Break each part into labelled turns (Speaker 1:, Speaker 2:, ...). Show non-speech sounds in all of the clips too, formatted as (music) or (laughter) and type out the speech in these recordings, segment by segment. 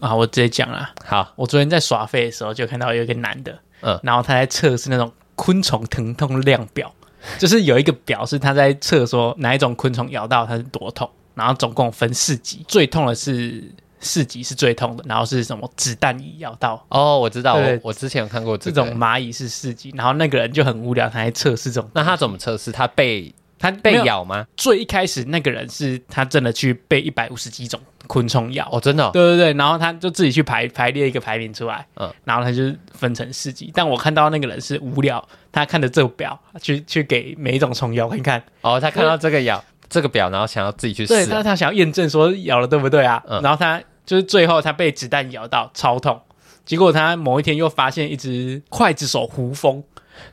Speaker 1: 啊，我直接讲啦。
Speaker 2: 好，
Speaker 1: 我昨天在耍废的时候，就看到有一个男的，
Speaker 2: 嗯
Speaker 1: 然后他在测试那种昆虫疼痛量表，就是有一个表是他在测说哪一种昆虫咬到它是多痛，然后总共分四级，最痛的是四级是最痛的，然后是什么子弹蚁咬到。
Speaker 2: 哦，我知道，
Speaker 1: 对
Speaker 2: 我我之前有看过
Speaker 1: 这
Speaker 2: 这
Speaker 1: 种
Speaker 2: 种。
Speaker 1: 蚂蚁是四级，然后那个人就很无聊，他在测试这种。
Speaker 2: 那他怎么测试？他被
Speaker 1: 他
Speaker 2: 被
Speaker 1: 没有
Speaker 2: 咬吗？
Speaker 1: 最一开始那个人是他真的去被一百五十几种昆虫咬，
Speaker 2: 哦，真的哦、
Speaker 1: 对对对，然后他就自己去排排列一个排名出来，
Speaker 2: 嗯
Speaker 1: 然后他就是分成四级。但我看到那个人是无聊，他看着这个表去去给每一种虫咬看看，
Speaker 2: 哦，他看到这个咬这个表，然后想要自己去
Speaker 1: 对
Speaker 2: 试
Speaker 1: 他他想要验证说咬了对不对啊？
Speaker 2: 啊嗯
Speaker 1: 然后他就是最后他被子弹咬到超痛，结果他某一天又发现一只刽子手胡蜂。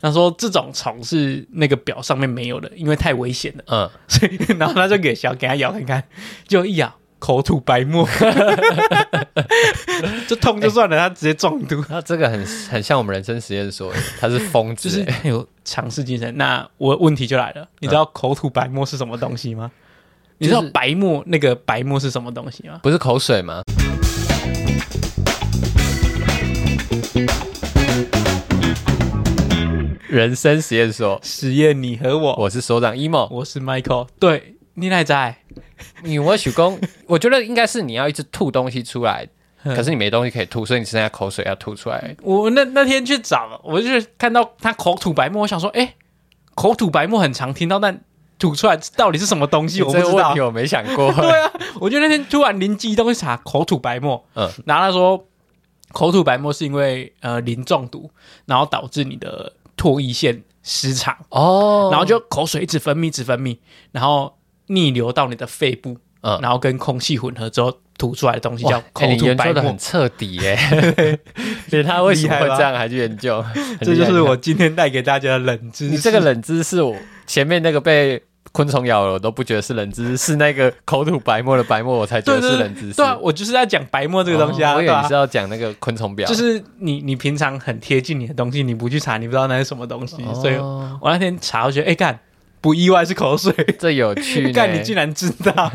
Speaker 1: 他说：“这种虫是那个表上面没有的，因为太危险了，
Speaker 2: 嗯，
Speaker 1: 所以然后他就给小给他咬看看，就一咬，口吐白 (laughs) 沫，就痛就算了，他直接中毒。
Speaker 2: 那这个很很像我们人生实验所，他是疯
Speaker 1: 就
Speaker 2: 子，
Speaker 1: 是
Speaker 2: 欸
Speaker 1: 很有尝试精神。那我问题就来了，你知道口吐白沫是什么东西吗？你知道
Speaker 2: 就是
Speaker 1: 白沫那个白沫是什么东西吗？
Speaker 2: 不是口水吗？人生实验所，
Speaker 1: 实验你和我，
Speaker 2: 我是所长 emo。
Speaker 1: 我是 Michael，对你来在，
Speaker 2: 你我许工，我觉得应该是你要一直吐东西出来，
Speaker 1: (laughs) 嗯
Speaker 2: 可是你没东西可以吐，所以你剩下口水要吐出来。
Speaker 1: 我那那天去找，我就是看到他口吐白沫，我想说，哎、口吐白沫很常听到，但吐出来到底是什么东西，我不
Speaker 2: 这个
Speaker 1: 知
Speaker 2: 问
Speaker 1: 道
Speaker 2: 题。我没想过。
Speaker 1: (laughs) 对啊，我就那天突然灵机一动，查口吐白沫，
Speaker 2: 嗯
Speaker 1: 然后他说口吐白沫是因为呃磷中毒，然后导致你的唾液腺失常，
Speaker 2: 哦，
Speaker 1: 然后就口水一直分泌，一直分泌，然后逆流到你的肺部，
Speaker 2: 嗯
Speaker 1: 然后跟空气混合之后吐出来的东西
Speaker 2: 哇
Speaker 1: 叫口
Speaker 2: 欸你
Speaker 1: 吐
Speaker 2: 研
Speaker 1: 白
Speaker 2: 究的
Speaker 1: 沫。
Speaker 2: 很彻底 (laughs) 耶，连他为什么会这样还去研究，
Speaker 1: 这就
Speaker 2: 很厉
Speaker 1: 是
Speaker 2: 害
Speaker 1: 我今天带给大家的冷知识。
Speaker 2: 你这个冷知识，我前面那个被昆虫咬了，我都不觉得是冷知识，是那个口吐白沫的白沫，我才觉
Speaker 1: 对
Speaker 2: 得
Speaker 1: 对
Speaker 2: 是
Speaker 1: 对
Speaker 2: 冷知识。
Speaker 1: 对啊，我就是在讲白沫这个东西啊，
Speaker 2: 哦我以
Speaker 1: 对
Speaker 2: 为
Speaker 1: 吧、
Speaker 2: 你是要讲那个昆虫表，
Speaker 1: 就是你你平常很贴近你的东西，你不去查，你不知道那是什么东西，
Speaker 2: 哦
Speaker 1: 所以我那天查，我觉得哎干、不意外是口 (laughs) 水，
Speaker 2: 这有趣呢。
Speaker 1: 干你竟然知道，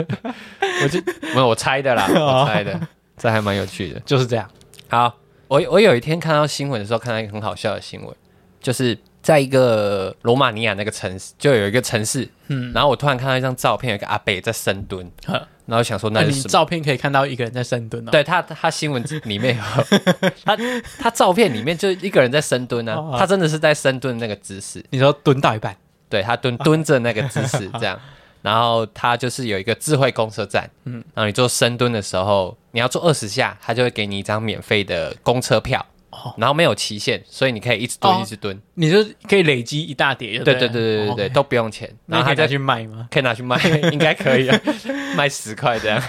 Speaker 2: 我就没有我猜
Speaker 1: (laughs)
Speaker 2: 的啦，
Speaker 1: 哦
Speaker 2: 我猜的，这还蛮有趣的。
Speaker 1: (laughs) 就是这样。
Speaker 2: 好，我我有一天看到新闻的时候，看到一个很好笑的新闻，就是在一个罗马尼亚那个城市，就有一个城市，嗯，然后我突然看到一张照片，有一个阿伯在深
Speaker 1: (laughs)
Speaker 2: 蹲，
Speaker 1: 呵
Speaker 2: 然后想说那
Speaker 1: (laughs) 那
Speaker 2: 是
Speaker 1: 你
Speaker 2: 什么？
Speaker 1: 照片可以看到一个人在深蹲哦，
Speaker 2: 对他，他新闻
Speaker 1: (laughs)
Speaker 2: 里面有他他照片里面就一个人在深蹲
Speaker 1: 哦
Speaker 2: 啊，
Speaker 1: 好
Speaker 2: 他真的是在深蹲那个姿势，
Speaker 1: 你说蹲到一半，
Speaker 2: 对他 (laughs) 蹲蹲着那个姿 (laughs) 势这样。然后他就是有一个智慧公车站，嗯，然后你做深蹲的时候，你要做二十下，他就会给你一张免费的公车票，
Speaker 1: 哦
Speaker 2: 然后没有期限，所以你可以一直蹲、
Speaker 1: 哦
Speaker 2: 一直蹲，
Speaker 1: 你就可以累积一大叠就
Speaker 2: 对
Speaker 1: 了，
Speaker 2: 对对对对
Speaker 1: 哦
Speaker 2: 对，都不用钱，然
Speaker 1: 那
Speaker 2: 后
Speaker 1: 可
Speaker 2: 他
Speaker 1: 以拿
Speaker 2: 再
Speaker 1: 去卖吗？
Speaker 2: 可以拿去卖， (laughs) 应该可以啊，卖十块这样。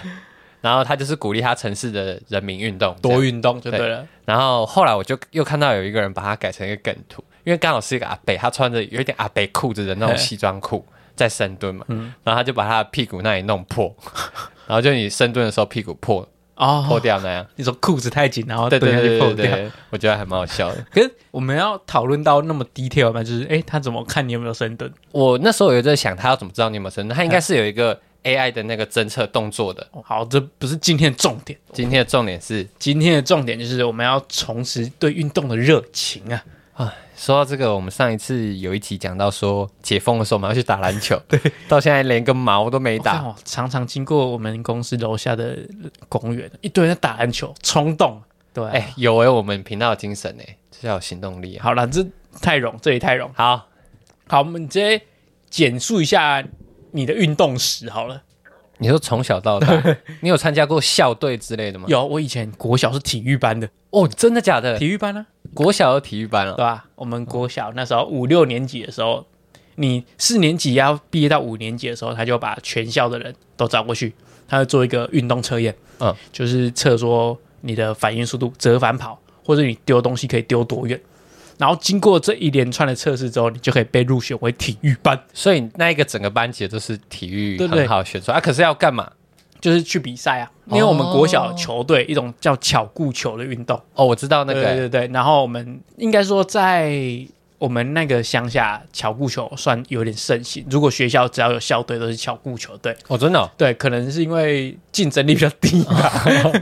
Speaker 2: 然后他就是鼓励他城市的人民运 (laughs) 动，这样
Speaker 1: 多运动就对了，
Speaker 2: 然后后来我就又看到有一个人把它改成一个梗图，因为刚好是一个阿北，他穿着有一点阿北裤子的那种西装裤在深蹲嘛，嗯然后他就把他的屁股那里弄破，然后就你深蹲的时候屁股破破
Speaker 1: 哦，
Speaker 2: 掉那样，
Speaker 1: 你说裤子太紧，然后
Speaker 2: (laughs) 对对
Speaker 1: 蹲下去
Speaker 2: 对
Speaker 1: 破
Speaker 2: 对
Speaker 1: 掉。
Speaker 2: 对，我觉得还蛮好笑 (laughs) 的。
Speaker 1: 可是我们要讨论到那么 detail 吗？就是哎，诶他怎么看你有没有深蹲？
Speaker 2: 我那时候有在想，他要怎么知道你有没有深蹲？他应该是有一个 AI 的那个侦测动作的。
Speaker 1: 哦好，这不是今天的重点。
Speaker 2: 今天的重点是，
Speaker 1: 今天的重点就是我们要重拾对运动的热情啊！
Speaker 2: 说到这个，我们上一次有一集讲到说解封的时候我们要去打篮球， (laughs) 对，到现在连个毛都没
Speaker 1: 我看
Speaker 2: 打。
Speaker 1: 哦，常常经过我们公司楼下的公园，一堆人在打篮球，冲动。对啊，
Speaker 2: 哎、有哎、我们频道的精神哎、这叫有行动力啊。
Speaker 1: 好了，这太容，这里太容。
Speaker 2: 好，
Speaker 1: 好，我们直接简述一下你的运动史好了。
Speaker 2: 你说从小
Speaker 1: (laughs)
Speaker 2: 到大，你有参加过校队之类的吗？
Speaker 1: 有，我以前国小是体育班的，
Speaker 2: 哦，真的假的？
Speaker 1: 体育班啊，
Speaker 2: 国小有体育班啊
Speaker 1: 对
Speaker 2: 了、
Speaker 1: 吧、我们国小那时候五六年级的时候，你四年级要毕业到五年级的时候，他就把全校的人都找过去，他会做一个运动测验，
Speaker 2: 嗯，
Speaker 1: 就是测说你的反应速度、折返跑，或者你丢东西可以丢多远。然后经过这一连串的测试之后，你就可以被入选为体育班，
Speaker 2: 所以那一个整个班级都是体育
Speaker 1: 对对
Speaker 2: 很好的选手啊。可是要干嘛？
Speaker 1: 就是去比赛啊。因为我们国小球队一种叫巧固球的运动，
Speaker 2: 哦，我知道那个、
Speaker 1: 对对对，然后我们应该说在。我们那个乡下，巧固球算有点盛行。如果学校只要有校队，都是巧固球队。
Speaker 2: 哦，真的
Speaker 1: (laughs)
Speaker 2: 哦、
Speaker 1: 对，可能是因为竞争力比较低吧。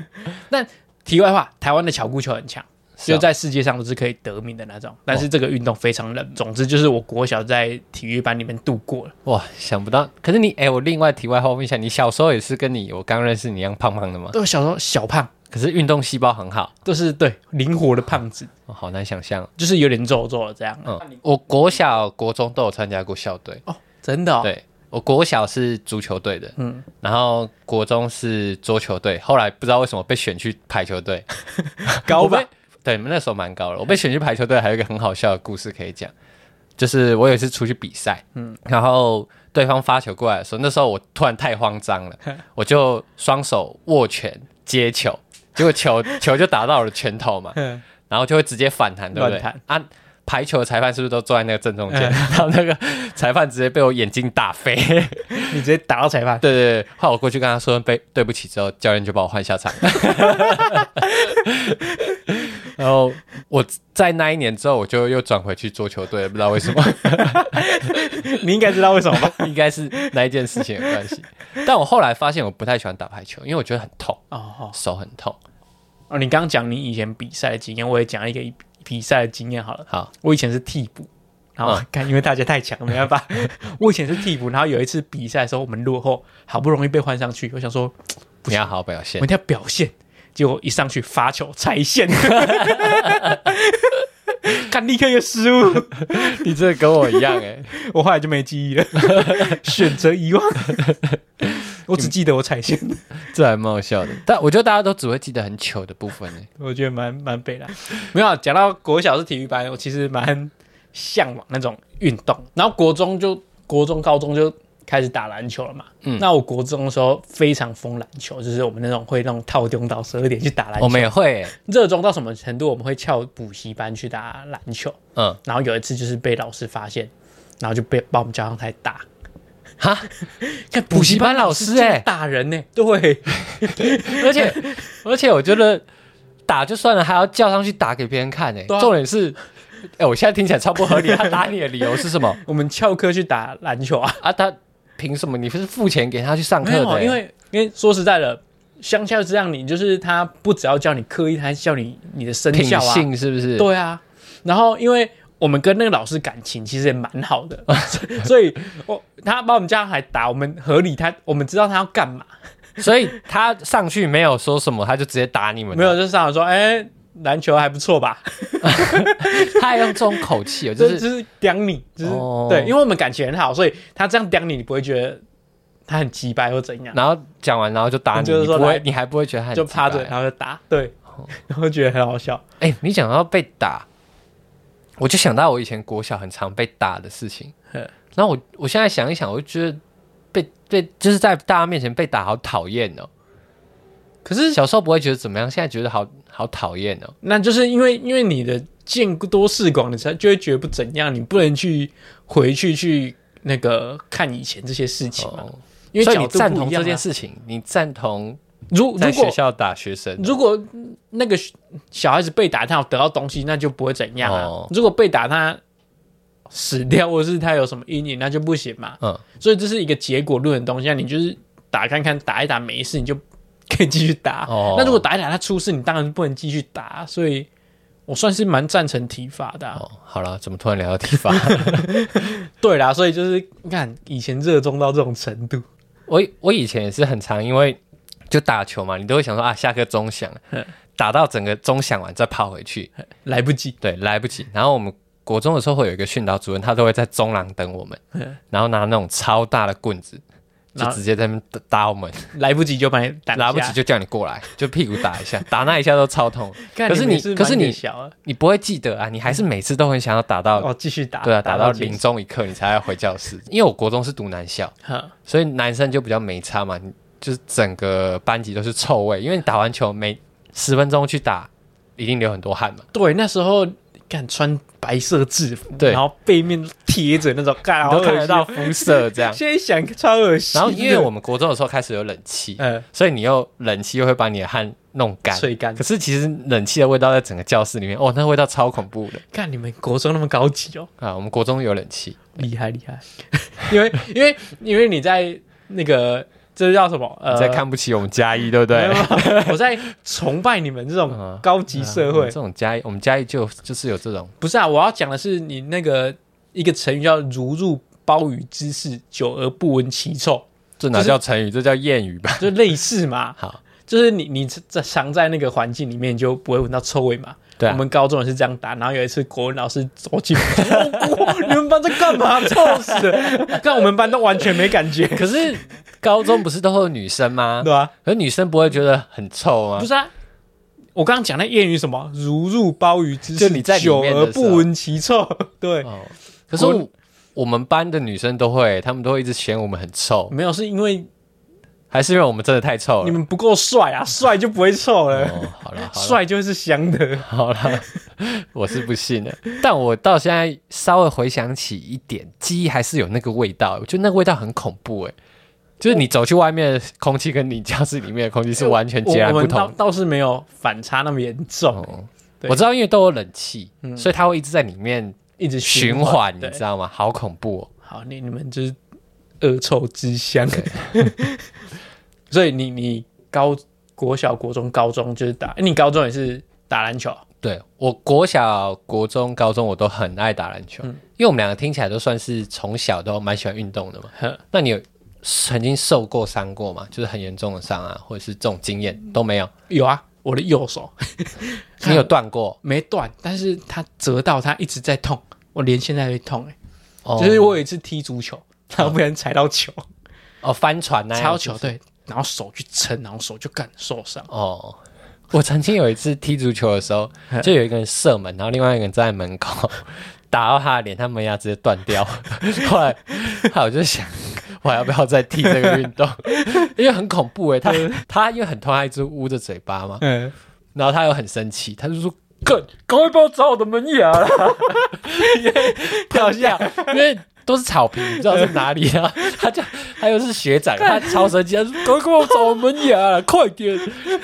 Speaker 1: 但题外话，台湾的巧固球很强，
Speaker 2: 是
Speaker 1: 就
Speaker 2: 哦
Speaker 1: 在世界上都是啊可以得名的那种，但是这个运动非常冷。总之就是我国小在体育班里面度过了，
Speaker 2: 哇，想不到。可是你，哎、我另外题外话问一下，你小时候也是跟你我刚认识你一样胖胖的吗？
Speaker 1: 都小时候小胖，
Speaker 2: 可是运动细胞很好，
Speaker 1: 都是对灵活的胖子，
Speaker 2: 哦好难想象。
Speaker 1: 就是有点皱皱的这样。
Speaker 2: 嗯，我国小、国中都有参加过校队。
Speaker 1: 哦，真的、哦，
Speaker 2: 对，我国小是足球队的，
Speaker 1: 嗯
Speaker 2: 嗯，然后国中是桌球队，后来不知道为什么被选去排球队，
Speaker 1: 高吧
Speaker 2: (laughs) 我被？对，那时候蛮高的。我被选去排球队，还有一个很好笑的故事可以讲，就是我有一次出去比赛，嗯，然后对方发球过来的时候，那时候我突然太慌张
Speaker 1: (laughs)
Speaker 2: 了，我就双手握拳接球，结果球 (laughs) 球就打到我的拳头嘛，
Speaker 1: 嗯
Speaker 2: 然后就会直接反弹，对不对
Speaker 1: 乱弹？嗯
Speaker 2: 啊，排球的裁判是不是都坐在那个正中间？ (laughs) 然后那个裁判直接被我眼睛打飞。
Speaker 1: (laughs) 你直接打到裁判，
Speaker 2: 对对对，后来我过去跟他说被对不起之后，教练就把我换下场。 (laughs) 然后我在那一年之后，我就又转回去桌球队了，不知道为什么， (laughs)
Speaker 1: 你应该知道为什么吧？
Speaker 2: 应该是那一件事情有关系。但我后来发现我不太喜欢打排球，因为我觉得很痛，
Speaker 1: 哦哦
Speaker 2: 手很痛。
Speaker 1: 哦，你刚刚讲你以前比赛的经验，我也讲一个比赛的经验好了。
Speaker 2: 好，
Speaker 1: 我以前是替补，然后 (laughs) 看、因为大家太强，没办法。我以前是替补，然后有一次比赛的时候我们落后，好不容易被换上去，我想说
Speaker 2: 你要好好表现
Speaker 1: 我一。定要表现，结果一上去罚球拆线，看立刻一个失误，
Speaker 2: (laughs) 你这跟我一样哎、
Speaker 1: 我后来就没记忆了，选择遗忘。我只记得我踩线，
Speaker 2: (laughs) 这还蛮好笑的。但我觉得大家都只会记得很糗的部分哎、
Speaker 1: 我觉得蛮蛮悲的。 (laughs) 没有啊讲到国小是体育班，我其实蛮向往那种运动。然后国中就国中、高中就开始打篮球了嘛。嗯，那我国中的时候非常疯篮球，就是我们那种会那种套中到十二点去打篮
Speaker 2: 我
Speaker 1: 球。
Speaker 2: 们也会、欸，
Speaker 1: 热衷到什么程度，我们会翘补习班去打篮球。
Speaker 2: 嗯，
Speaker 1: 然后有一次就是被老师发现，然后就被把我们叫上台打。 (laughs)
Speaker 2: 哈，
Speaker 1: 看
Speaker 2: 补习班老师欸
Speaker 1: 真的打人呢、对，
Speaker 2: 而且而且我觉得打就算了，还要叫上去打给别人看哎、
Speaker 1: 对啊
Speaker 2: 重点是，哎、我现在听起来超不合理。他打你的理由是什么
Speaker 1: (laughs) 我们翘课去打篮球啊，
Speaker 2: 啊？他凭什么？你不是付钱给他去上课
Speaker 1: 没
Speaker 2: 的、
Speaker 1: 有，
Speaker 2: 欸？
Speaker 1: 因为因为说实在的，乡下是这样，你就是他不只要叫你刻意，他还叫你你的身
Speaker 2: 品
Speaker 1: 教啊，
Speaker 2: 性是不是？
Speaker 1: 对啊，然后因为我们跟那个老师感情其实也蛮好的，所以我他把我们叫上来打，我们合理他我们知道他要干嘛，
Speaker 2: 所以他上去没有说什么，他就直接打你们。
Speaker 1: 没有，就是上来说，哎、篮球还不错吧，
Speaker 2: (laughs) 他还用这种口气哦，就
Speaker 1: 就是
Speaker 2: 是
Speaker 1: 就是刁你，就是、
Speaker 2: 哦
Speaker 1: 对，因为我们感情很好，所以他这样刁你，你不会觉得他很鸡掰或怎样，
Speaker 2: 然后讲完，然后就打你，
Speaker 1: 就是说
Speaker 2: 你不会
Speaker 1: 来，
Speaker 2: 你还不会觉得他很
Speaker 1: 就趴着
Speaker 2: 鸡掰
Speaker 1: 然后就打，对，然后觉得很好笑，
Speaker 2: 哎、你讲到被打，我就想到我以前国小很常被打的事情
Speaker 1: 呵。
Speaker 2: 然后我我现在想一想，我就觉得被被就是在大家面前被打好讨厌哦。
Speaker 1: 可是
Speaker 2: 小时候不会觉得怎么样，现在觉得好好讨厌哦。
Speaker 1: 那就是因为因为你的见多识广，你才就会觉得不怎样，你不能去回去去那个看以前这些事情嘛，
Speaker 2: 哦，
Speaker 1: 因为
Speaker 2: 所以
Speaker 1: 角
Speaker 2: 你
Speaker 1: 度
Speaker 2: 赞
Speaker 1: 不
Speaker 2: 同
Speaker 1: 一样
Speaker 2: 这
Speaker 1: 啊
Speaker 2: 件。事情，你赞同
Speaker 1: 如
Speaker 2: 在
Speaker 1: 如
Speaker 2: 学
Speaker 1: 果
Speaker 2: 校打学生
Speaker 1: 如果那个小孩子被打，他有得到东西，那就不会怎样啊。
Speaker 2: 哦
Speaker 1: 如果被打他死掉，或是他有什么阴影，那就不行嘛。
Speaker 2: 嗯，
Speaker 1: 所以这是一个结果论的东西，那你就是打看看，打一打没事，你就可以继续打。
Speaker 2: 哦
Speaker 1: 那如果打一打他出事，你当然不能继续打。所以我算是蛮赞成体罚的啊、
Speaker 2: 哦，好了，怎么突然聊到体罚？ (laughs)
Speaker 1: 对啦，所以就是你看以前热衷到这种程度，
Speaker 2: 我我以前也是很常，因为就打球嘛，你都会想说啊，下课钟响了，
Speaker 1: 嗯
Speaker 2: 打到整个钟响完再跑回去，
Speaker 1: 来不及。 (laughs)
Speaker 2: 对，来不及。然后我们国中的时候会有一个训导主任，他都会在中廊等我们，然后拿那种超大的棍子，就
Speaker 1: 然后
Speaker 2: 直接在那边打打我们，
Speaker 1: 来不及就把你打
Speaker 2: 来不及就叫你过来， (laughs) 就屁股打一下，打那一下都超 (laughs) 痛。可是你，可是你，
Speaker 1: 小了
Speaker 2: 你不会记得啊，你还是每次都很想要打到，
Speaker 1: 哦，继续打，
Speaker 2: 对啊，打到
Speaker 1: 结束
Speaker 2: 临。终一刻你才要回教室。因为我国中是读男校，
Speaker 1: 哼
Speaker 2: 所以男生就比较没差嘛，你就是整个班级都是臭味，因为你打完球每十分钟去打，一定流很多汗嘛。
Speaker 1: 对，那时候敢穿白色制服，
Speaker 2: 对
Speaker 1: 然后背面贴着那种，干，好
Speaker 2: 你都
Speaker 1: 恶心
Speaker 2: 看得到。肤色这样，
Speaker 1: 现在想超恶心
Speaker 2: 然
Speaker 1: 的。
Speaker 2: 后因
Speaker 1: (laughs)
Speaker 2: 为我们国中的时候开始有冷气，
Speaker 1: 呃
Speaker 2: 所以你又冷气又会把你的汗弄干。
Speaker 1: 吹干
Speaker 2: 可，是其实冷气的味道在整个教室里面，哦，那味道超恐怖的
Speaker 1: 看你们国中那么高级哦，
Speaker 2: 啊！我们国中有冷气，
Speaker 1: (laughs) 厉害厉害。因为因为因为你在那个这叫什么？呃，
Speaker 2: 你在看不起我们嘉义，对不对？啊
Speaker 1: 没有， (laughs) 我在崇拜你们这种
Speaker 2: (laughs) 嗯
Speaker 1: 高级社
Speaker 2: 我
Speaker 1: 会
Speaker 2: 们这。种嘉义，我们嘉义就就是有这种
Speaker 1: 不是啊，我要讲的是你那个一个成语叫“如入鲍鱼之肆，久而不闻其臭
Speaker 2: 这哪叫成语，这叫谚语吧”，？
Speaker 1: 就类似嘛。
Speaker 2: (laughs) 好，
Speaker 1: 就是你你在常在那个环境里面，你就不会闻到臭味嘛。
Speaker 2: 对啊
Speaker 1: 我们高中也是这样打。然后有一次国文老师走进 (laughs) 我，我你们班在干嘛？臭死了！但我们班都完全没感觉，
Speaker 2: 可是高中不是都会有女生吗
Speaker 1: (laughs) 对？吧、
Speaker 2: (laughs) 可是女生不会觉得很臭吗
Speaker 1: 不？是啊，我刚刚讲那谚语什么“如入鲍鱼之肆，
Speaker 2: 就你在里
Speaker 1: 久
Speaker 2: 面的
Speaker 1: 而
Speaker 2: 时候
Speaker 1: 不闻其臭”， (laughs) 对，
Speaker 2: 哦，可是
Speaker 1: 我
Speaker 2: 我我们班的女生都会，她们都会一直嫌我们很臭，
Speaker 1: 没有是因为
Speaker 2: 还是因为我们真的太臭
Speaker 1: 你
Speaker 2: 了？
Speaker 1: 们不够帅啊，帅就不会臭 (laughs) 了。
Speaker 2: 哦，好了，好了
Speaker 1: 帅就是香的，
Speaker 2: 好了， (laughs) 我是不信的。但我到现在稍微回想起一点，记忆还是有那个味道，我觉得那个味道很恐怖哎、就是你走去外面的空气跟你教室里面的空气是完全截然
Speaker 1: 哎我我
Speaker 2: 不
Speaker 1: 们倒
Speaker 2: 同。
Speaker 1: 倒是没有反差那么严重，
Speaker 2: 哦
Speaker 1: 对
Speaker 2: 我知道，因为都有冷气，所以它会一直在里面
Speaker 1: 一直
Speaker 2: 循
Speaker 1: 环
Speaker 2: 环，，你
Speaker 1: 对
Speaker 2: 知道吗？好恐怖哦！
Speaker 1: 好，你你们就是恶臭之乡， (laughs) 所以你你高国小、国中、高中就是打，诶你高中也是打篮球，
Speaker 2: 对我国小、国中、高中我都很爱打篮球，
Speaker 1: 嗯
Speaker 2: 因为我们两个听起来都算是从小都蛮喜欢运动的嘛。
Speaker 1: 呵
Speaker 2: 那你有曾经受过伤过吗？就是很严重的伤啊，或者是这种经验都没有？
Speaker 1: 有啊，我的右手
Speaker 2: 你有断过？
Speaker 1: 没断，但是它折到它一直在痛，我连现在都会痛、欸，
Speaker 2: 哦
Speaker 1: 就是我有一次踢足球，然后不然踩到球，
Speaker 2: 哦翻船那
Speaker 1: 踩
Speaker 2: 样
Speaker 1: 到
Speaker 2: 是
Speaker 1: 球
Speaker 2: 不是
Speaker 1: 对，然后手去撑，然后手就干受伤，
Speaker 2: 哦。我曾经有一次踢足球的时候，就有一个人射门，然后另外一个人站在门口打到他的脸，他门牙直接断掉。后来，后来我就想，我还要不要再踢这个运动？因为很恐怖诶、欸他他因为很痛，他一直捂着嘴巴嘛，
Speaker 1: 嗯，
Speaker 2: 然后他又很生气，他就说：“滚，赶快帮我找我的门牙啦！”
Speaker 1: 掉下。
Speaker 2: 因为都是草坪，不知道是哪里
Speaker 1: (laughs)
Speaker 2: 啊。他就他又是学长，他超生气，他说：“赶快给我找我门牙了，快点！”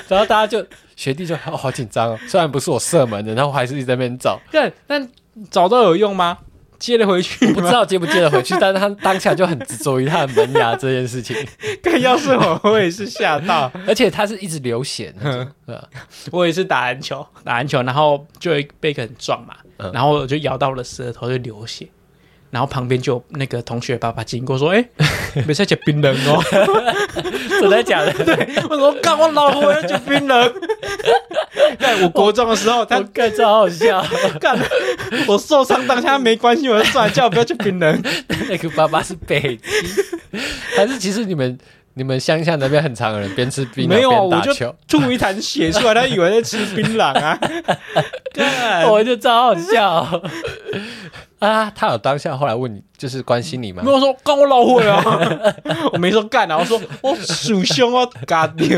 Speaker 2: 然后大家就学弟就好好紧张哦，虽然不是我射门的，然后我还是一直在那边
Speaker 1: (laughs)
Speaker 2: 找，
Speaker 1: 但但找到有用吗？接了回去
Speaker 2: 不知
Speaker 1: (laughs) 吗？
Speaker 2: 道接不接得回去，但是他当下就很执着于他的门牙这件事情，
Speaker 1: (laughs) 看，要是我，我也是吓到。
Speaker 2: 而且他是一直流血的那
Speaker 1: 嗯
Speaker 2: 种，对吧？
Speaker 1: 我也是打篮球，打篮球，然后就有一被一个人撞嘛，
Speaker 2: 嗯
Speaker 1: 然后我就咬到我的舌头，就流血。然后旁边就有那个同学爸爸经过说：“ (laughs) 哎、没在吃槟榔哦。 (laughs)
Speaker 2: 真的假的？对，”
Speaker 1: 我说：“干，我老婆要吃槟榔。” (laughs) 在我国中的时 (laughs) 候，他
Speaker 2: 他看着好笑。 (laughs)
Speaker 1: 干我受伤当下他没关心我，就算了，叫我不要吃槟榔。
Speaker 2: 那个爸爸是北京，还是其实你们你们乡下那边很常有人边吃冰
Speaker 1: 没有啊，
Speaker 2: 边
Speaker 1: 我
Speaker 2: 打
Speaker 1: 就
Speaker 2: 球？
Speaker 1: 吐一滩血出来，他以为在吃槟榔 (laughs) 啊。干
Speaker 2: 我就超好笑哦哎 (laughs) 啊！他有当下后来问你，就是关心你吗
Speaker 1: 没？有说干我老会啊， (laughs) 我没说干啊，我说我属凶啊，干你，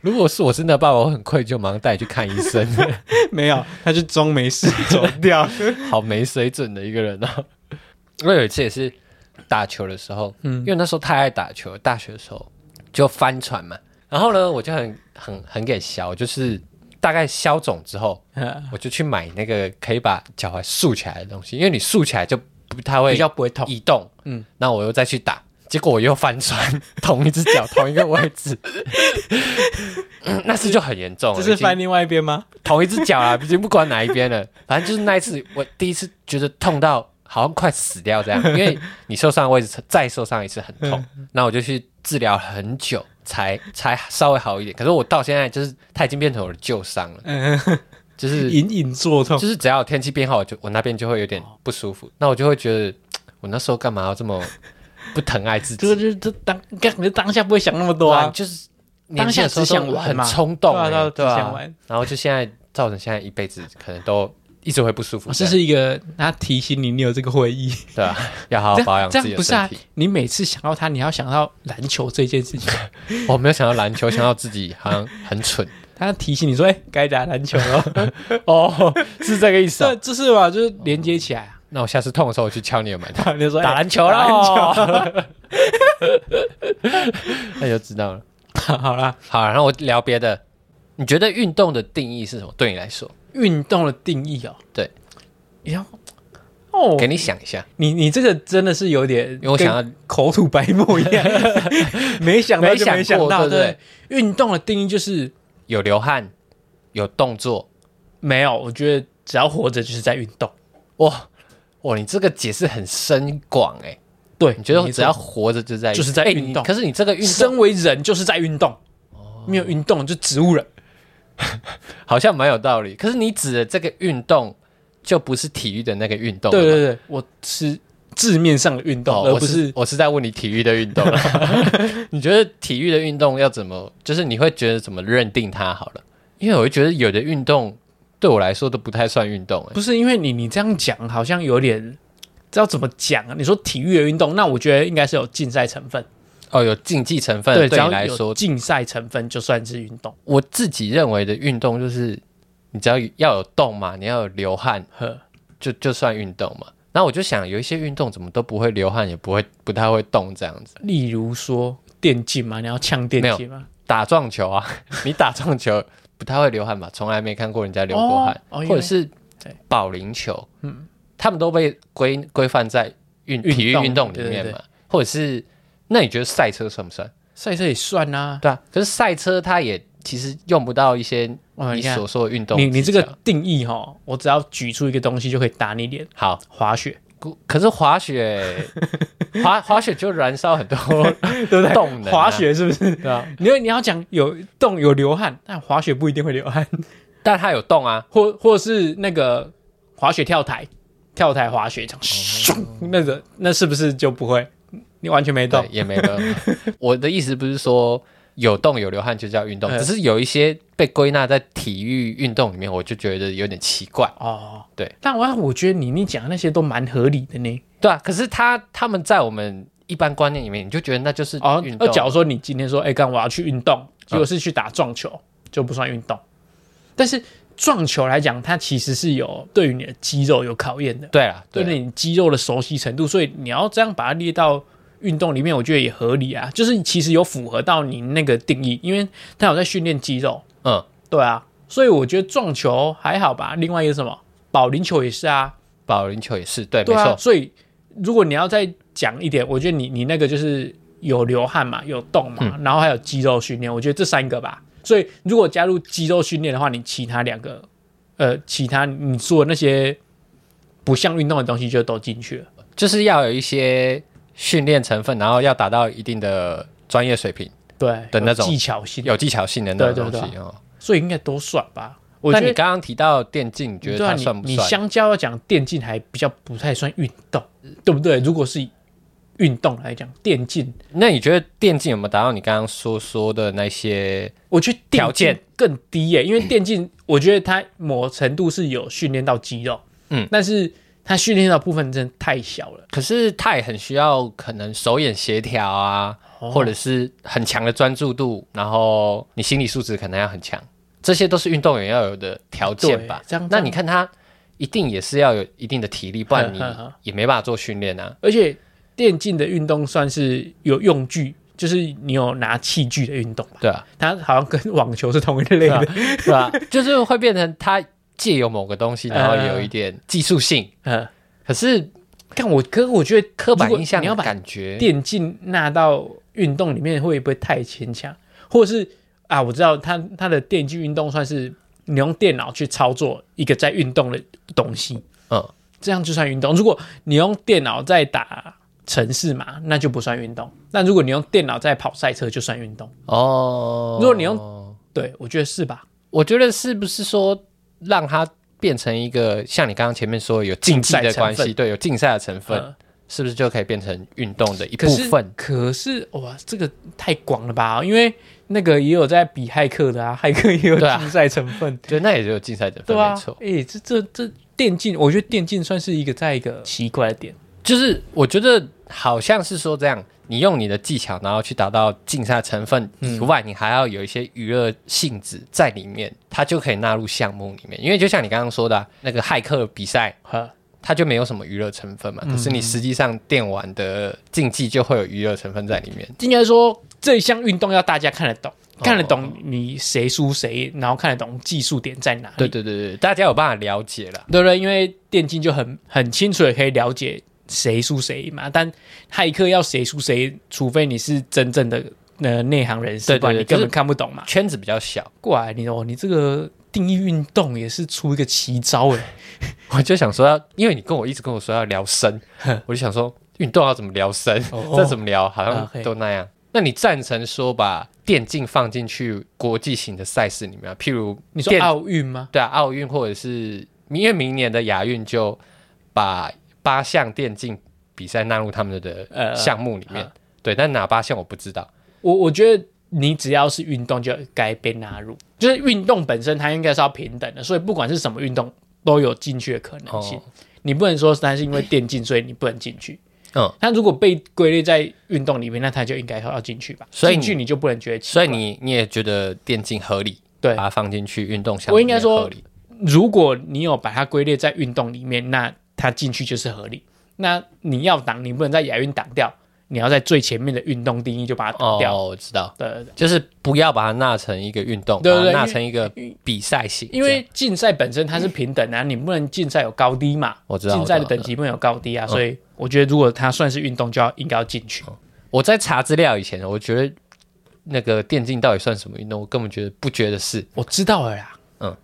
Speaker 2: 如果是我真的爸爸，我会很愧疚，马上带你去看医 (laughs) 生。
Speaker 1: (laughs) 没有，他就装没 (laughs) 事走掉。
Speaker 2: 好没水准的一个人啊！我有一次也是打球的时候，因为那时候太爱打球了，大学的时候就翻船嘛。然后呢，我就很很很给削，就是大概消肿之后，我就去买那个可以把脚踝竖起来的东西，因为你竖起来就不太会
Speaker 1: 比较不会痛
Speaker 2: 移动。嗯，那我又再去打，结果我又翻船， (laughs) 同一只脚同一个位置， (laughs) 嗯那次就很严重了，
Speaker 1: 这是
Speaker 2: 已经
Speaker 1: 翻另外一边吗？
Speaker 2: 同一只脚啦， (laughs) 已经不管哪一边了。反正就是那一次，我第一次觉得痛到好像快死掉这样，
Speaker 1: (laughs)
Speaker 2: 因为你受伤的位置再受伤一次很痛。
Speaker 1: 嗯
Speaker 2: 那我就去治疗很久，才才稍微好一点。可是我到现在就是它已经变成我的旧伤了，
Speaker 1: 嗯，
Speaker 2: 就是
Speaker 1: 隐隐作痛
Speaker 2: (laughs) 就。是只要天气变好，我就我那边就会有点不舒
Speaker 1: 哦
Speaker 2: 服。那我就会觉得嘖我那时候干嘛要这么不疼爱自己？
Speaker 1: 就是就是当干，你当下不会想那么多
Speaker 2: 啊，
Speaker 1: 啊，
Speaker 2: 就是
Speaker 1: 当下只想玩
Speaker 2: 很
Speaker 1: 嘛
Speaker 2: 冲动、
Speaker 1: 对啊
Speaker 2: 欸，
Speaker 1: 对啊
Speaker 2: 对
Speaker 1: 只
Speaker 2: 吧、
Speaker 1: 想玩
Speaker 2: 然后就现在造成现在一辈子可能都一直会不舒服
Speaker 1: 哦
Speaker 2: 这
Speaker 1: 这
Speaker 2: 样，
Speaker 1: 是一个他提醒你，你有这个回忆，
Speaker 2: 对啊， (laughs) 要好好保养
Speaker 1: 这
Speaker 2: 自
Speaker 1: 样
Speaker 2: 己
Speaker 1: 不
Speaker 2: 的
Speaker 1: 是啊
Speaker 2: 身体。？
Speaker 1: 你每次想到他，你要想到篮球这件事情，啊
Speaker 2: 我没有想到篮球，想到自己 (laughs) 好像很
Speaker 1: (laughs)
Speaker 2: 蠢
Speaker 1: 他提醒你说：“哎，该打篮球了。
Speaker 2: 哦，是这个意”
Speaker 1: (laughs)
Speaker 2: 思
Speaker 1: 这
Speaker 2: 啊。
Speaker 1: 这是吧？就是连接起来啊。
Speaker 2: 那我下次痛的时候，我去敲你的门，
Speaker 1: 然后你就说
Speaker 2: 打
Speaker 1: 哎
Speaker 2: 篮 (laughs) 球
Speaker 1: 打篮球
Speaker 2: 啦， (laughs) 那就知道了。
Speaker 1: (laughs) 好啦，
Speaker 2: 好，然后我聊别的。你觉得运动的定义是什么？对你来说，
Speaker 1: 运动的定义哦，
Speaker 2: 对，
Speaker 1: 然后哦
Speaker 2: 给你想一下，
Speaker 1: 你你这个真的是有点
Speaker 2: 因为我想要
Speaker 1: 跟口吐白沫一
Speaker 2: (laughs)
Speaker 1: 样，没想到就没
Speaker 2: 没想
Speaker 1: 想
Speaker 2: 过
Speaker 1: 到，
Speaker 2: 对不对
Speaker 1: 对运动的定义就是
Speaker 2: 有流汗，有动作，
Speaker 1: 没有，我觉得只要活着就是在运动。
Speaker 2: 哇哇，你这个解释很深广哎、
Speaker 1: 对，
Speaker 2: 你觉得我
Speaker 1: 没
Speaker 2: 只
Speaker 1: 错
Speaker 2: 要活着就在
Speaker 1: 就是在
Speaker 2: 哎
Speaker 1: 运
Speaker 2: 你
Speaker 1: 动
Speaker 2: 可是你这个运动哦
Speaker 1: 身为人就是在运动，没有运动就植物人。
Speaker 2: 好像蛮有道理，可是你指的这个运动就不是体育的那个运动了
Speaker 1: 对
Speaker 2: 嘛，
Speaker 1: 对对，我是字面上的运动，
Speaker 2: 哦，
Speaker 1: 而
Speaker 2: 我
Speaker 1: 不
Speaker 2: 是
Speaker 1: 是
Speaker 2: 我是在问你体育的运动， (laughs) 你觉得体育的运动要怎么？就是你会觉得怎么认定它好了？因为我会觉得有的运动对我来说都不太算运动、欸，
Speaker 1: 不是因为你你这样讲好像有点。知道怎么讲啊？你说体育的运动，那我觉得应该是有竞赛成分。
Speaker 2: 哦，有竞技成分
Speaker 1: 对，
Speaker 2: 对
Speaker 1: 只要
Speaker 2: 你来
Speaker 1: 有
Speaker 2: 说，
Speaker 1: 竞赛成分就算是运动。
Speaker 2: 我自己认为的运动就是你只要有要有动嘛，你要有流汗，
Speaker 1: 呵，
Speaker 2: 就就算运动嘛。然后我就想，有一些运动怎么都不会流汗，也不会不太会动这样子。
Speaker 1: 例如说电竞嘛，你要呛电竞吗？
Speaker 2: 打撞球啊， (laughs) 你打撞球不太会流汗吧？从来没看过人家流过汗，
Speaker 1: 哦哦
Speaker 2: 或者是
Speaker 1: 对
Speaker 2: 保龄球，嗯，他们都被规规范在运
Speaker 1: 运动
Speaker 2: 体育运动里面
Speaker 1: 对对
Speaker 2: 嘛，
Speaker 1: 对
Speaker 2: 或者是那你觉得赛车算不算？
Speaker 1: 赛车也算啊。
Speaker 2: 对啊，可是赛车它也其实用不到一些
Speaker 1: 哦，
Speaker 2: 你
Speaker 1: 你看
Speaker 2: 所，说的运动
Speaker 1: 你你这
Speaker 2: 技巧
Speaker 1: 个定义哈，我只要举出一个东西就可以打你脸。
Speaker 2: 好，
Speaker 1: 滑
Speaker 2: (laughs)
Speaker 1: 雪，
Speaker 2: 可是滑雪滑滑雪就燃烧很多
Speaker 1: (laughs) 对不对？
Speaker 2: 动能啊
Speaker 1: 滑雪是不是？
Speaker 2: 对啊，
Speaker 1: 你要你要讲有动有流汗，但滑雪不一定会流汗， (laughs)
Speaker 2: 但它有动啊，
Speaker 1: 或或是那个滑雪跳台，跳台滑雪这
Speaker 2: 哦
Speaker 1: 样，咻那个那是不是就不会？你完全没动
Speaker 2: 对，，也没了。我的意思不是说有动有流汗就叫运动，
Speaker 1: 嗯
Speaker 2: 只是有一些被归纳在体育运动里面，我就觉得有点奇怪。
Speaker 1: 哦，
Speaker 2: 对，
Speaker 1: 但我我觉得你你讲的那些都蛮合理的呢。
Speaker 2: 对啊，可是他他们在我们一般观念里面，你就觉得那就是
Speaker 1: 哦
Speaker 2: 运，动。嗯
Speaker 1: 那假如说你今天说，哎、干我要去运动，结果是去打撞球，就不算运动。但是撞球来讲，它其实是有对于你的肌肉有考验的，
Speaker 2: 对啊，对
Speaker 1: 对
Speaker 2: 啊
Speaker 1: 你肌肉的熟悉程度，所以你要这样把它列到运动里面，我觉得也合理啊。就是其实有符合到你那个定义，因为它有在训练肌肉，
Speaker 2: 嗯，
Speaker 1: 对啊，所以我觉得撞球还好吧。另外一个是什么，保龄球也是啊，
Speaker 2: 保龄球也是，对，
Speaker 1: 对
Speaker 2: 没
Speaker 1: 啊，
Speaker 2: 错，
Speaker 1: 所以如果你要再讲一点，我觉得你你那个就是有流汗嘛，有动嘛，
Speaker 2: 嗯
Speaker 1: 然后还有肌肉训练，我觉得这三个吧。所以如果加入肌肉训练的话，你其他两个，呃，其他你做的那些不像运动的东西就都进去了。
Speaker 2: 就是要有一些训练成分，然后要达到一定的专业水平，
Speaker 1: 对
Speaker 2: 的那
Speaker 1: 有
Speaker 2: 种
Speaker 1: 技巧性，
Speaker 2: 有技巧性的那
Speaker 1: 对对
Speaker 2: 种
Speaker 1: 对啊
Speaker 2: 东西哦。
Speaker 1: 所以应该都算吧。我觉
Speaker 2: 但你
Speaker 1: 得
Speaker 2: 刚刚提到电竞，你觉
Speaker 1: 对
Speaker 2: 得
Speaker 1: 啊，
Speaker 2: 它
Speaker 1: 你
Speaker 2: 算不
Speaker 1: 你
Speaker 2: 算？
Speaker 1: 相较要讲电竞还比较不太算运动，对不对？如果是以运动来讲，电竞
Speaker 2: 那你觉得电竞有没有达到你刚刚所说的那些
Speaker 1: 我觉得电竞
Speaker 2: 条件
Speaker 1: 更低耶、因为电竞我觉得它某程度是有训练到肌肉，
Speaker 2: 嗯，
Speaker 1: 但是它训练到部分真的太小了，
Speaker 2: 可是他也很需要可能手眼协调啊，
Speaker 1: 哦
Speaker 2: 或者是很强的专注度，然后你心理素质可能要很强，这些都是运动员要有的条件吧
Speaker 1: 对。这样
Speaker 2: 那你看他一定也是要有一定的体力，不然你
Speaker 1: 呵呵呵
Speaker 2: 也没办法做训练啊。
Speaker 1: 而且电竞的运动算是有用具，就是你有拿器具的运动吧，
Speaker 2: 对啊，
Speaker 1: 它好像跟网球是同一类
Speaker 2: 对啊
Speaker 1: 的，，
Speaker 2: 对啊， (laughs) 就是会变成他借由某个东西，然后
Speaker 1: 嗯
Speaker 2: 有一点技术性，
Speaker 1: (laughs) 嗯，
Speaker 2: 可是
Speaker 1: 但我可我觉得
Speaker 2: 刻板
Speaker 1: 如果
Speaker 2: 印象
Speaker 1: 你要
Speaker 2: 的
Speaker 1: 把
Speaker 2: 感觉，
Speaker 1: 电竞纳到运动里面会不会太牵强？或者是啊，我知道它它的电竞运动算是你用电脑去操作一个在运动的东西，
Speaker 2: 嗯，
Speaker 1: 这样就算运动。如果你用电脑在打城市嘛，那就不算运动。那如果你用电脑在跑赛车，就算运动。
Speaker 2: 哦，
Speaker 1: 如果你对，我觉得是吧？
Speaker 2: 我觉得是不是说让它变成一个像你刚刚前面说有竞技
Speaker 1: 竞赛
Speaker 2: 的
Speaker 1: 成
Speaker 2: 关
Speaker 1: 分
Speaker 2: 系，对，有竞赛的成分，
Speaker 1: 嗯
Speaker 2: 是不是就可以变成运动的一
Speaker 1: 可
Speaker 2: 部
Speaker 1: 是
Speaker 2: 分？
Speaker 1: 可是哇，这个太广了吧？因为那个也有在比骇客的啊，骇客也有
Speaker 2: 对啊
Speaker 1: 竞赛成分。
Speaker 2: 对，那也是有竞赛成分，
Speaker 1: 对啊
Speaker 2: 没错，。
Speaker 1: 哎、这这这电竞，我觉得电竞算是一个在一个奇怪的点。
Speaker 2: 就是我觉得好像是说这样，你用你的技巧，然后去达到竞赛成分以外，你还要有一些娱乐性质在里面，它就可以纳入项目里面。因为就像你刚刚说的啊、那个骇客比赛，
Speaker 1: 呵，
Speaker 2: 它就没有什么娱乐成分嘛。可是你实际上电玩的竞技就会有娱乐成分在里面。
Speaker 1: 应该说这项运动要大家看得懂，看得
Speaker 2: 哦
Speaker 1: 懂你谁输谁，然后看得懂技术点在哪里。
Speaker 2: 对对对对，大家有办法了解了。
Speaker 1: 对不对？因为电竞就很很清楚的可以了解谁输谁赢嘛，但骇客要谁输谁赢，除非你是真正的呃内行人士，
Speaker 2: 对对
Speaker 1: 不然你
Speaker 2: 对
Speaker 1: 根
Speaker 2: 就
Speaker 1: 本
Speaker 2: 是
Speaker 1: 看不懂嘛。
Speaker 2: 圈子比较小，
Speaker 1: 过来，你哦，你这个定义运动也是出一个奇招哎，
Speaker 2: (laughs) 我就想说要，因为你跟我一直跟我说要聊深，我就想说运动要怎么聊深，
Speaker 1: 哦
Speaker 2: 这怎么聊好
Speaker 1: 啊
Speaker 2: 像
Speaker 1: ，OK
Speaker 2: 都那样。那你赞成说把电竞放进去国际型的赛事里面啊，譬如
Speaker 1: 你说
Speaker 2: 电
Speaker 1: 奥运吗？
Speaker 2: 对啊，奥运或者是因为明年的亚运就把八项电竞比赛纳入他们
Speaker 1: 呃
Speaker 2: 的项目里面。对，但哪八项我不知道。
Speaker 1: 我我觉得你只要是运动就该被纳入，就是运动本身它应该是要平等的，所以不管是什么运动都有进去的可能性。
Speaker 2: 哦
Speaker 1: 你不能说它是因为电竞所以你不能进去。
Speaker 2: 嗯，
Speaker 1: 它如果被归类在运动里面，那它就应该要进去吧？
Speaker 2: 所以
Speaker 1: 进
Speaker 2: 你
Speaker 1: 去你就不能觉得奇
Speaker 2: 所
Speaker 1: 怪，
Speaker 2: 以你你也觉得电竞合理，
Speaker 1: 对
Speaker 2: 把它放进去运动项目
Speaker 1: 我应该
Speaker 2: 也
Speaker 1: 说
Speaker 2: 合理
Speaker 1: 如果你有把它归类在运动里面，那它进去就是合理。那你要挡，你不能在亚运挡掉，你要在最前面的运动定义就把它挡掉。
Speaker 2: 哦，我知道，
Speaker 1: 对对对，
Speaker 2: 就是不要把它纳成一个运动，
Speaker 1: 对对对
Speaker 2: 把它纳成一个比赛型，
Speaker 1: 因
Speaker 2: 这样嗯
Speaker 1: 为竞赛本身它是平等啊，你不能竞赛有高低嘛。
Speaker 2: 我知道
Speaker 1: 竞赛的
Speaker 2: 我知道嗯
Speaker 1: 等级不能有高低啊，所以我觉得如果它算是运动，就要应该要进去。
Speaker 2: 我在查资料以前，我觉得那个电竞到底算什么运动，我根本觉得不觉得是。
Speaker 1: 我知道了啦，
Speaker 2: 嗯，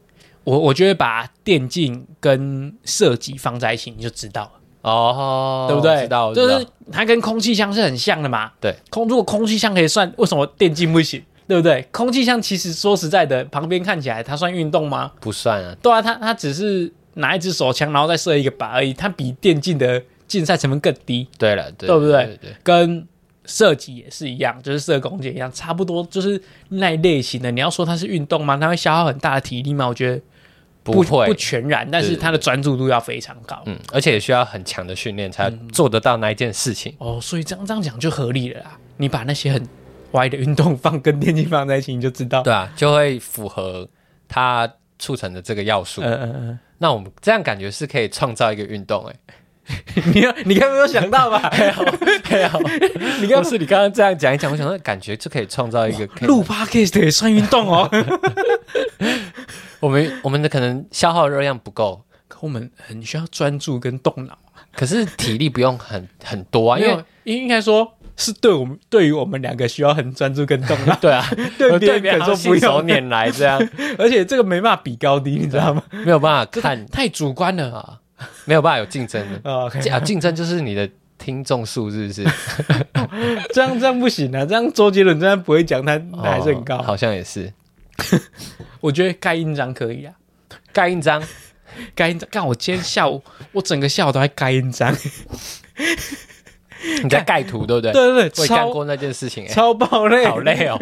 Speaker 1: 我我就会把电竞跟射击放在一起，你就知道了。
Speaker 2: 哦，
Speaker 1: 对不对？
Speaker 2: 我知道，我知
Speaker 1: 就
Speaker 2: 道
Speaker 1: 是它跟空气枪是很像的嘛。
Speaker 2: 对，
Speaker 1: 空如果空气枪可以算，为什么电竞不行？ (laughs) 对不对？空气枪其实说实在的，旁边看起来它算运动吗？
Speaker 2: 不算啊，
Speaker 1: 对啊，它它只是拿一支手枪，然后再射一个靶而已，它比电竞的竞赛成本更低，
Speaker 2: 对了，对
Speaker 1: 对不对
Speaker 2: 对对，
Speaker 1: 跟。射击也是一样，就是射弓箭一样，差不多就是那一类型的。你要说它是运动吗？它会消耗很大的体力吗？我觉得
Speaker 2: 不
Speaker 1: 不
Speaker 2: 会，
Speaker 1: 全然，但是
Speaker 2: 对
Speaker 1: 它的专注度要非常高。
Speaker 2: 嗯，而且也需要很强的训练才做得到那一件事情。
Speaker 1: 哦，所以这样这样讲就合理了啦。你把那些很歪的运动放跟电竞放在一起，你就知道。
Speaker 2: 对啊，就会符合它促成的这个要素。
Speaker 1: 嗯嗯
Speaker 2: 那我们这样感觉是可以创造一个运动、欸，
Speaker 1: 嗯， (laughs) 你有你该没有想到
Speaker 2: (laughs)
Speaker 1: 吧？
Speaker 2: 哎，
Speaker 1: 你
Speaker 2: 不
Speaker 1: 刚
Speaker 2: (laughs) 是你刚刚这样讲一讲，我想说感觉就可以创造一个可以
Speaker 1: 录 podcast 也算运动
Speaker 2: (laughs)
Speaker 1: 哦。
Speaker 2: 我们我们的可能消耗热量不够，
Speaker 1: 可我们很需要专注跟动脑啊，
Speaker 2: 可是体力不用很 (laughs) 很多啊，
Speaker 1: 没
Speaker 2: 因为，
Speaker 1: 有应应该说是对我们对于我们两个需要很专注跟动脑
Speaker 2: 对啊，
Speaker 1: (laughs) 对别
Speaker 2: 对
Speaker 1: 人
Speaker 2: 别
Speaker 1: 可
Speaker 2: 人
Speaker 1: 呃能说
Speaker 2: 说
Speaker 1: 不
Speaker 2: 信手
Speaker 1: 用，
Speaker 2: 拈来这样，
Speaker 1: (laughs) 而且这个没办法比高低，你知 (laughs) 道吗？
Speaker 2: (laughs) 没有办法看
Speaker 1: 太主观了啊。
Speaker 2: 没有办法有竞争
Speaker 1: (laughs)
Speaker 2: 的
Speaker 1: o k
Speaker 2: 啊，竞争就是你的听众数是不是？
Speaker 1: 这样这样不行啊，这样周杰伦真的不会讲，他他 (laughs) 还是很高。
Speaker 2: 哦好像也是
Speaker 1: 我觉得盖印章可以啊。
Speaker 2: 盖印章，
Speaker 1: 盖印章，干！我今天下 (laughs) 午，我整个下午都在盖印章，
Speaker 2: 你在盖图对不对？
Speaker 1: 对 (laughs) 对
Speaker 2: 我
Speaker 1: 对，
Speaker 2: 也干
Speaker 1: 超
Speaker 2: 过那件事情、欸，
Speaker 1: 超爆累，
Speaker 2: 好累
Speaker 1: (laughs)
Speaker 2: 哦。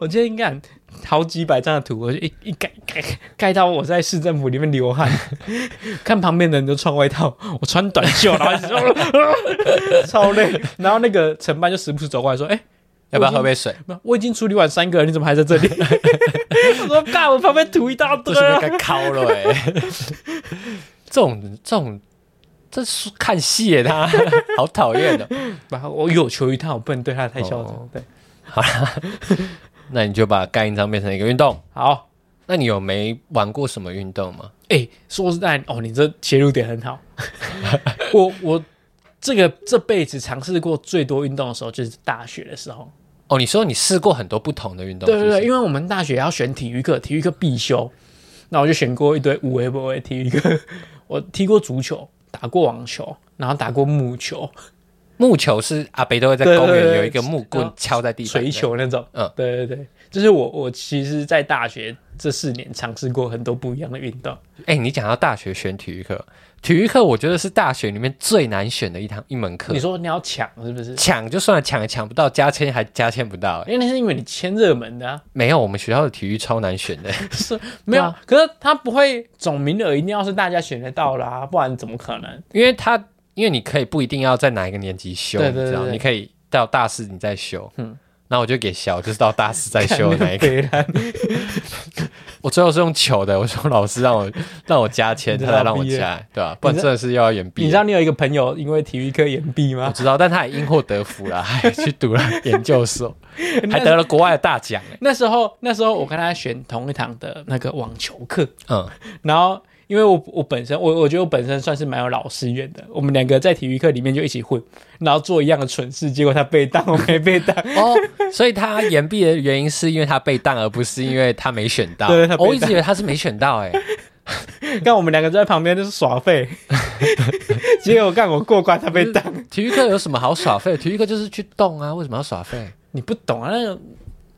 Speaker 1: 我今天干好几百张的图，我就一一盖盖盖到我在市政府里面流汗， (laughs) 看旁边的人都穿外套，我穿短袖，然后一直 (laughs) 说 (laughs) 超累。然后那个承办就时不时走过来说：“哎、
Speaker 2: 要不要喝杯水？
Speaker 1: 不我已经处理完三个了，你怎么还在这里？” (laughs) 我说：“干，我旁边涂一大
Speaker 2: 这
Speaker 1: 堆
Speaker 2: 是
Speaker 1: 啊、
Speaker 2: 不是该敲了哎、
Speaker 1: (laughs)
Speaker 2: 这种这种，这是看戏耶，他 (laughs) 好讨厌哦的。
Speaker 1: 然后我有求于他，我不能对他太嚣张。
Speaker 2: 哦
Speaker 1: 对，
Speaker 2: 那你就把盖印章变成一个运动。
Speaker 1: 好。
Speaker 2: 那你有没玩过什么运动吗？
Speaker 1: 哎、说实在，哦，你这切入点很好。 (laughs) 我我这个这辈子尝试过最多运动的时候，就是大学的时候。
Speaker 2: 哦，你说你试过很多不同的运动，
Speaker 1: 对对
Speaker 2: 是不
Speaker 1: 对，
Speaker 2: 是
Speaker 1: 因为我们大学要选体育课，体育课必修，那我就选过一堆五 A 不 A 体育课。我踢过足球，打过网球，然后打过木球、
Speaker 2: 木球是阿北都会在
Speaker 1: 对对
Speaker 2: 公
Speaker 1: 对
Speaker 2: 园
Speaker 1: 对
Speaker 2: 有一个木
Speaker 1: 然
Speaker 2: 棍
Speaker 1: 后
Speaker 2: 敲在地板，
Speaker 1: 锤球那种。
Speaker 2: 嗯
Speaker 1: 对对对，就是我我其实，在大学这四年尝试过很多不一样的运动。
Speaker 2: 哎、你讲到大学选体育课，体育课我觉得是大学里面最难选的一堂一门课
Speaker 1: 你。说你要抢是不是？
Speaker 2: 抢就算了，抢也抢不到，加签还加签不到、欸
Speaker 1: 因为那是因为你签热门的啊。
Speaker 2: 没有，我们学校的体育超难选的。 (laughs)
Speaker 1: 是没有，
Speaker 2: 啊
Speaker 1: 可是他不会总名额一定要是大家选得到啦、不然怎么可能？
Speaker 2: 因为他因为你可以不一定要在哪一个年级修，
Speaker 1: 对对对
Speaker 2: 你知道，
Speaker 1: 对
Speaker 2: 你可以到大四你再修，嗯，然后我就给小，就是到大四再修的
Speaker 1: (laughs)
Speaker 2: 那一个。啊
Speaker 1: 北兰
Speaker 2: 我最后是用求的，我说老师让我让我加签，
Speaker 1: 你
Speaker 2: 他
Speaker 1: 知道
Speaker 2: 才让我
Speaker 1: 毕业
Speaker 2: 加，对吧、不然真的是又要延毕
Speaker 1: 你
Speaker 2: 业
Speaker 1: 知。道你有一个朋友因为体育课延毕
Speaker 2: 我
Speaker 1: 吗？
Speaker 2: 知道，但他也因祸得福啦， (laughs) 还去读了研
Speaker 1: (laughs)
Speaker 2: 究所，还得了国外的大奖、欸。
Speaker 1: 那时候，那时候我跟他选同一堂的那个网球课，
Speaker 2: 嗯，
Speaker 1: 然后因为我我本身我我觉得我本身算是蛮有老师缘的，我们两个在体育课里面就一起混，然后做一样的蠢事，结果他被当，我没被 (laughs) 当，
Speaker 2: 哦，所以他延毕的原因是因为他被当，而不是因为他没选到。哦
Speaker 1: 对他被当
Speaker 2: 我一直以为他是没选到、欸，哎，
Speaker 1: 干我们两个就在旁边就是耍 (laughs) 废，结果干我过关，他被当，
Speaker 2: 体育课有什么好耍废？体育课就是去动啊，为什么要耍废？
Speaker 1: 你不懂啊，那个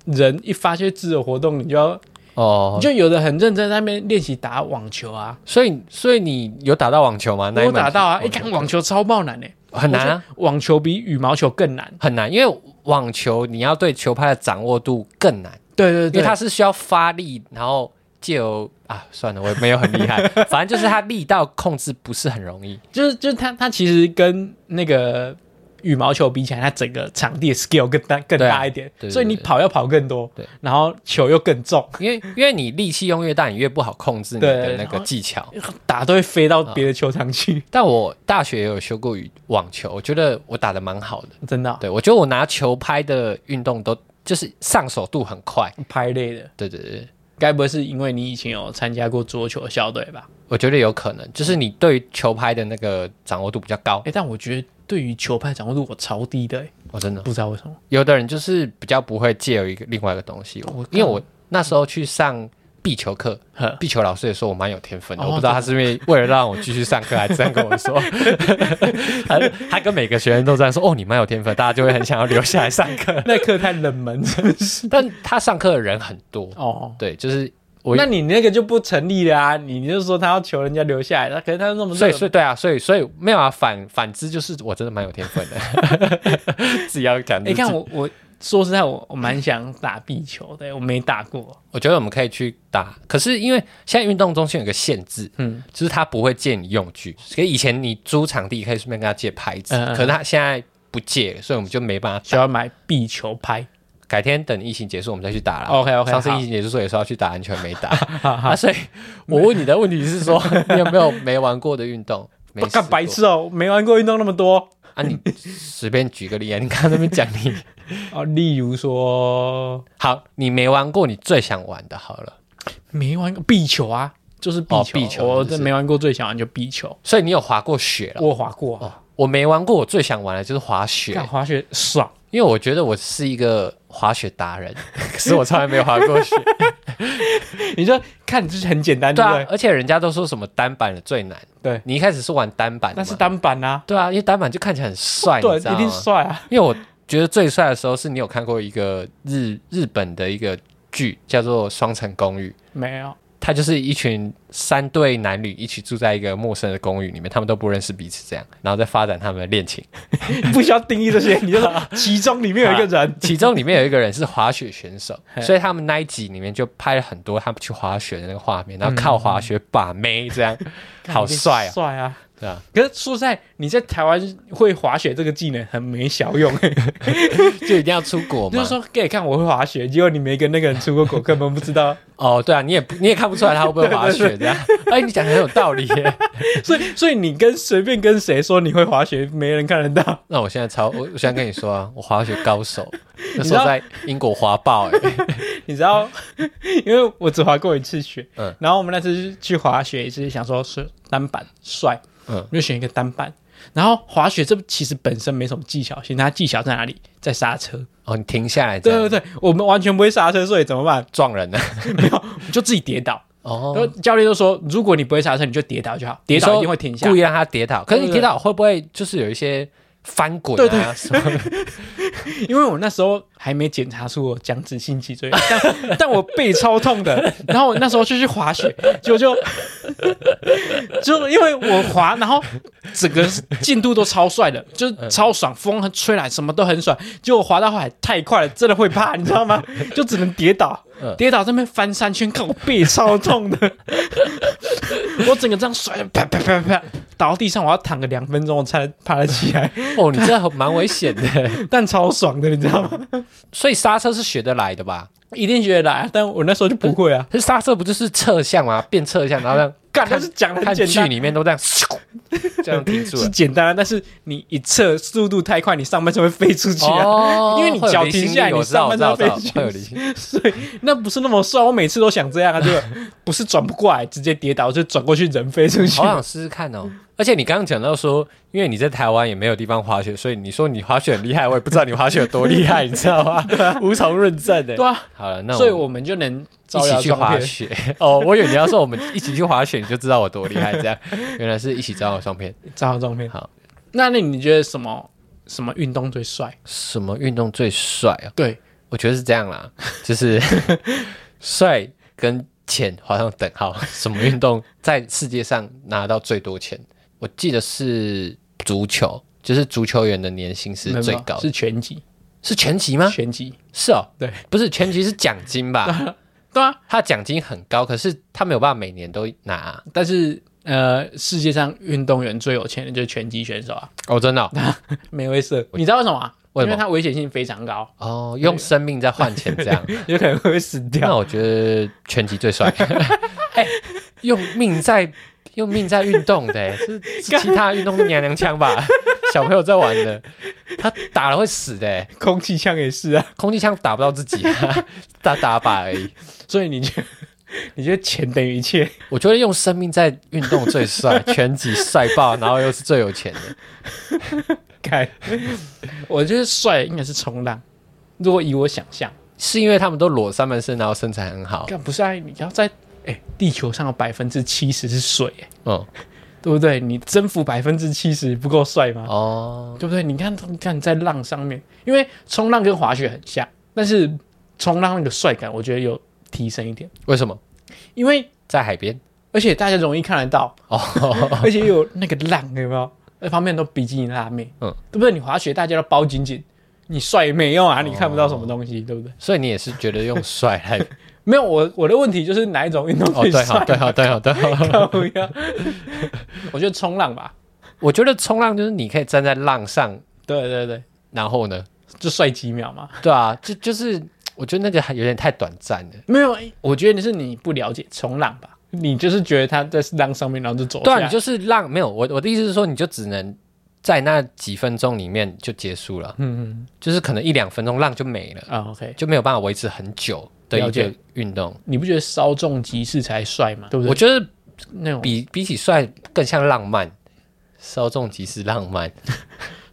Speaker 1: 人一发现自由活动，你就要
Speaker 2: 哦，
Speaker 1: 就有的很认真在那边练习打网球啊，
Speaker 2: 所以所以你有打到网球吗？那一
Speaker 1: 我
Speaker 2: 门
Speaker 1: 打到啊，
Speaker 2: 球
Speaker 1: 一看网球哦超爆难呢、欸
Speaker 2: 很难啊，
Speaker 1: 网球比羽毛球更难，
Speaker 2: 很难，因为网球你要对球拍的掌握度更难，
Speaker 1: 对对
Speaker 2: 因为
Speaker 1: 对，
Speaker 2: 它是需要发力，然后借由啊，算了，我也没有很厉
Speaker 1: (laughs)
Speaker 2: 害，反正就是它力道控制不是很容易。
Speaker 1: 就是就是它它其实跟那个羽毛球比起来，它整个场地的 scale 更大更
Speaker 2: 对啊
Speaker 1: 大一点，
Speaker 2: 对对
Speaker 1: 所以你
Speaker 2: 对
Speaker 1: 跑要跑更多，
Speaker 2: 对，
Speaker 1: 然后球又更重，
Speaker 2: 因为因为你力气用越大，你越不好控制你的
Speaker 1: 对
Speaker 2: 那
Speaker 1: 然后
Speaker 2: 个技巧。
Speaker 1: 打都会飞到别
Speaker 2: 嗯
Speaker 1: 的球场
Speaker 2: (laughs)
Speaker 1: 去，
Speaker 2: 但我大学也有修过羽网球，我觉得我打的蛮好的。
Speaker 1: 真的啊、
Speaker 2: 对我觉得我拿球拍的运动都就是上手度很快。
Speaker 1: 拍累的。
Speaker 2: 对对对，
Speaker 1: 该不会是因为你以前有参加过桌球校队吧？
Speaker 2: 我觉得有可能，就是你对于球拍的那个掌握度比较高
Speaker 1: 哎、。但我觉得对于球拍掌握度我超低的、欸，
Speaker 2: 我、真的，
Speaker 1: 不知道为什么。 (laughs)
Speaker 2: 有的人就是比较不会借由一个另外一个东西。我因为我那时候去上。壁球课
Speaker 1: 呵，
Speaker 2: 壁球老师也说我蛮有天分的，
Speaker 1: 哦
Speaker 2: 我不知道他是因为为了让我继续上课，还这样跟我
Speaker 1: (laughs)
Speaker 2: 说。他他跟每个学生都这样说：“哦，你蛮有天分，大家就会很想要留下来上
Speaker 1: (laughs)
Speaker 2: 课。
Speaker 1: 那课太冷门，真是”
Speaker 2: 但他上课的人很多，
Speaker 1: 哦。
Speaker 2: 对，就是
Speaker 1: (laughs)
Speaker 2: 我
Speaker 1: 那你那个就不成立了啊！你就说他要求人家留下来，那可是他那么热
Speaker 2: 所以，所以对啊，所以，所以没有啊。反反之，就是我真的蛮有天分的， (laughs) 自己要讲。
Speaker 1: 你、看，我，我说实在，我我蛮想打壁球的，我没打过。
Speaker 2: 我觉得我们可以去打，可是因为现在运动中心有个限制，
Speaker 1: 嗯，
Speaker 2: 就是他不会借你用具。所以以前你租场地可以顺便跟他借拍子，
Speaker 1: 嗯嗯嗯
Speaker 2: 可是他现在不借，所以我们就没办法
Speaker 1: 需
Speaker 2: 打。
Speaker 1: 要买壁球拍。
Speaker 2: 改天等疫情结束，我们再去打啦。
Speaker 1: OK，OK，
Speaker 2: 上次
Speaker 1: 好
Speaker 2: 疫情结束的时候也说要去打篮球，
Speaker 1: (laughs)
Speaker 2: 没打啊。所以我问你的问题是说，你有没有没玩过的运动？没
Speaker 1: 不干
Speaker 2: 试
Speaker 1: 白
Speaker 2: 过
Speaker 1: 痴哦，没玩过运动那么多
Speaker 2: 啊！你随便举个例啊，你刚刚那边讲你。
Speaker 1: 哦。例如说，
Speaker 2: 好，你没玩过，你最想玩的，好了。
Speaker 1: 没玩过壁球啊，就是壁
Speaker 2: 哦
Speaker 1: 球。
Speaker 2: 壁球
Speaker 1: 我
Speaker 2: 是不
Speaker 1: 这
Speaker 2: 是
Speaker 1: 没玩过，最想玩就壁球。
Speaker 2: 所以你有滑过雪了？
Speaker 1: 我滑过啊，
Speaker 2: 我没玩过，我最想玩的就是滑雪
Speaker 1: 干、，滑雪爽。
Speaker 2: 因为我觉得我是一个滑雪达人， (laughs) 可是我从来没有滑过雪。
Speaker 1: 你就看就是很简单，
Speaker 2: (laughs) 对
Speaker 1: 对不
Speaker 2: 啊
Speaker 1: 对，？
Speaker 2: 而且人家都说什么单板的最难，
Speaker 1: 对
Speaker 2: 你一开始是玩单板的嘛，
Speaker 1: 但是单板啊，
Speaker 2: 对啊，因为单板就看起来很帅，
Speaker 1: 对，
Speaker 2: 你知道
Speaker 1: 一定
Speaker 2: 吗？
Speaker 1: 帅啊。
Speaker 2: 因为我觉得最帅的时候是你有看过一个日日本的一个剧叫做《双层公寓》，
Speaker 1: 没有， (laughs)
Speaker 2: 他就是一群三对男女一起住在一个陌生的公寓里面，他们都不认识彼此，这样，然后再发展他们的恋情。
Speaker 1: 不需要定义这些，你就说其中里面有一个人，
Speaker 2: 其中里面有一个人是滑雪选
Speaker 1: (laughs)
Speaker 2: 手，所以他们那一集里面就拍了很多他们去滑雪的那个画面，然后靠滑雪把妹，这样 (laughs)
Speaker 1: 嗯
Speaker 2: (laughs) 好帅啊，
Speaker 1: 帅 (laughs) 啊！
Speaker 2: 对啊，
Speaker 1: 可是说实在，你在台湾会滑雪这个技能很没小
Speaker 2: (laughs)
Speaker 1: 用、
Speaker 2: 就一定要出国
Speaker 1: 就
Speaker 2: 嘛
Speaker 1: 是。说给你看我会滑雪，结果你没跟那个人出过国，根本不知
Speaker 2: (laughs)
Speaker 1: 道。
Speaker 2: 哦，对啊，你也不你也看不出来他会不会滑
Speaker 1: (laughs)
Speaker 2: 雪这样。哎，你讲得很有道理耶。 (laughs)
Speaker 1: 所以，所以你跟随便跟谁说你会滑雪，没人看得到。
Speaker 2: 那我现在超我我现在跟你说啊，我滑雪高手，那
Speaker 1: 知
Speaker 2: 时
Speaker 1: 道
Speaker 2: 候在英国滑爆哎。
Speaker 1: 你知道，因为我只滑过一次雪，
Speaker 2: 嗯
Speaker 1: 然后我们那次去滑雪也是想说是单板帅，
Speaker 2: 嗯
Speaker 1: 我就选一个单板。然后滑雪这其实本身没什么技巧性，它技巧在哪里？在刹车。
Speaker 2: 哦，你停下来这
Speaker 1: 对
Speaker 2: 样
Speaker 1: 对对，我们完全不会刹车，所以怎么办？
Speaker 2: 撞人呢？啊
Speaker 1: 没有，你就自己跌倒。然后
Speaker 2: 哦，
Speaker 1: 教练就说，如果你不会刹车，你就跌倒就好，跌倒一定会停下
Speaker 2: 故。意让他跌倒。可是
Speaker 1: 对
Speaker 2: 你
Speaker 1: 对
Speaker 2: 跌倒会不会就是有一些翻滚
Speaker 1: 对
Speaker 2: 啊
Speaker 1: 对
Speaker 2: 什么的？
Speaker 1: 因为我那时候还没检查出我僵直性脊椎，但但我背超痛的。然后我那时候就去滑雪，结果就就因为我滑，然后整个进度都超帅的，就是超爽，风吹来什么都很爽。结果我滑到后来太快了，真的会怕，你知道吗？就只能跌倒
Speaker 2: 嗯，
Speaker 1: 跌倒这边翻 (laughs) 三圈，看我背超痛的，我整个这样甩，啪啪啪啪，倒到地上，我要躺个两分钟，我才爬得起来，
Speaker 2: 哦，你这蛮危险的。
Speaker 1: 但超爽的，你知道吗？
Speaker 2: 所以刹车是学得来的吧？
Speaker 1: 一定学得来啊，但我那时候就不会啊。
Speaker 2: 可是刹车不就是侧向吗？变侧向，然后这 (laughs) 样，
Speaker 1: 干，但是讲的
Speaker 2: 看
Speaker 1: 很简
Speaker 2: 剧
Speaker 1: 单，
Speaker 2: 里面都这样， (laughs) 咻这样停住
Speaker 1: 是
Speaker 2: 了。
Speaker 1: 简单啊，但是你一侧速度太快，你上半身会飞出去啊，
Speaker 2: 哦
Speaker 1: 因为你
Speaker 2: 会有
Speaker 1: 脚
Speaker 2: 离心
Speaker 1: 停下来
Speaker 2: 力
Speaker 1: 你
Speaker 2: 我知道，
Speaker 1: 上半
Speaker 2: 我知道，
Speaker 1: 身
Speaker 2: 我知道
Speaker 1: 飞，
Speaker 2: 会有离心
Speaker 1: (laughs)
Speaker 2: 力。
Speaker 1: 所以那不是那么帅。我每次都想这样啊，就 (laughs) 不是转不过来，直接跌倒，就转过去人飞出去 (laughs)
Speaker 2: 好。想试试看哦。而且你刚刚讲到说，因为你在台湾也没有地方滑雪，所以你说你滑雪很厉害，我也不知道你滑雪有多厉害，你知道吗？ (laughs) 无从论证的。
Speaker 1: 对啊，
Speaker 2: 好了，那
Speaker 1: 所以
Speaker 2: 我
Speaker 1: 我们就能
Speaker 2: 一
Speaker 1: 招摇
Speaker 2: 起去
Speaker 1: 撞
Speaker 2: 滑
Speaker 1: 骗。
Speaker 2: 雪 (laughs) 哦。我以为你要说我们一起去滑雪，你就知道我多厉害，这样原来是一起招摇撞骗。
Speaker 1: 照照片。
Speaker 2: 好，
Speaker 1: 那那你觉得什么什么运动最帅？
Speaker 2: 什么运动最帅啊？
Speaker 1: 对，
Speaker 2: 我觉得是这样啦，就是帅跟钱画上等号。什么运动在世界上拿到最多钱？我记得是足球，就是足球员的年薪是最高的，
Speaker 1: 是拳击，
Speaker 2: 是拳击吗？
Speaker 1: 拳击。
Speaker 2: 是哦，
Speaker 1: 对，
Speaker 2: 不是拳击是奖金吧？
Speaker 1: 对啊，
Speaker 2: 他奖金很高，可是他没有办法每年都拿啊
Speaker 1: 但是呃，世界上运动员最有钱的就是拳击选手啊，
Speaker 2: 哦，真的哦，
Speaker 1: 梅威瑟。你知道为什么啊？
Speaker 2: 为什
Speaker 1: 因
Speaker 2: 么
Speaker 1: 为他危险性非常高，
Speaker 2: 哦用生命在换钱这样。
Speaker 1: (laughs) 有可能会死掉。
Speaker 2: 那我觉得拳击最帅，
Speaker 1: (laughs)
Speaker 2: 哎，用命在用命在运动的、哎是是其他运动是娘娘腔
Speaker 1: (laughs)
Speaker 2: 吧？小朋友在玩的，他打了会死的、哎
Speaker 1: 空气枪也是啊，
Speaker 2: 空气枪打不到自己、啊， (laughs) 打打靶而已。
Speaker 1: 所以你觉得 (laughs) 你觉得钱等于一切？
Speaker 2: 我觉得用生命在运动最帅，
Speaker 1: (laughs)
Speaker 2: 拳击帅爆，然后又是最有钱的。
Speaker 1: 看，我觉得帅应该是冲浪。如果以我想象，
Speaker 2: 是因为他们都裸上半身，然后身材很好。
Speaker 1: 干不是啊？你要在哎、地球上有百分之七十是水、哎
Speaker 2: 嗯，
Speaker 1: 对不对？你征服百分之七十不够帅吗？
Speaker 2: 哦，
Speaker 1: 对不对？你看，你看在浪上面，因为冲浪跟滑雪很像，但是冲浪那个帅感，我觉得有提升一点，
Speaker 2: 为什么
Speaker 1: 因为
Speaker 2: 在海边？
Speaker 1: 而且大家容易看得到， (laughs)
Speaker 2: 哦， (laughs)
Speaker 1: 而且有那个浪，有没有？那旁边都比基尼辣妹，
Speaker 2: 嗯
Speaker 1: 嗯，对不对？你滑雪大家都包紧紧，你帅也没用
Speaker 2: 哦
Speaker 1: 啊，你看不到什么东西，对不对？
Speaker 2: 所以你也是觉得用帅来？
Speaker 1: 没有，我我的问题就是哪一种运动
Speaker 2: 哦，
Speaker 1: 最
Speaker 2: 对
Speaker 1: 帅？
Speaker 2: 好，对好，对好，对好。
Speaker 1: (laughs) 靠呀我觉得冲浪吧，
Speaker 2: 我觉得冲浪就是你可以站在浪上，
Speaker 1: 对对对，
Speaker 2: 然后呢，
Speaker 1: 就帅几秒嘛。
Speaker 2: 对啊，就就是我觉得那个还有点太短暂了。
Speaker 1: 没有，我觉得是你不了解冲浪吧，你就是觉得他在浪上面，然后就走
Speaker 2: 对
Speaker 1: 下
Speaker 2: 啊，
Speaker 1: 来。
Speaker 2: 你就是浪没有我我的意思是说，你就只能在那几分钟里面就结束了，
Speaker 1: 嗯
Speaker 2: 就是可能一两分钟浪就没了
Speaker 1: 嗯，啊，OK，
Speaker 2: 就没有办法维持很久的一
Speaker 1: 了
Speaker 2: 个
Speaker 1: 解
Speaker 2: 运动。
Speaker 1: 你不觉得稍纵即逝才帅吗？对不对？
Speaker 2: 我觉得
Speaker 1: 那种
Speaker 2: 比比起帅更像浪漫，稍纵即逝浪漫。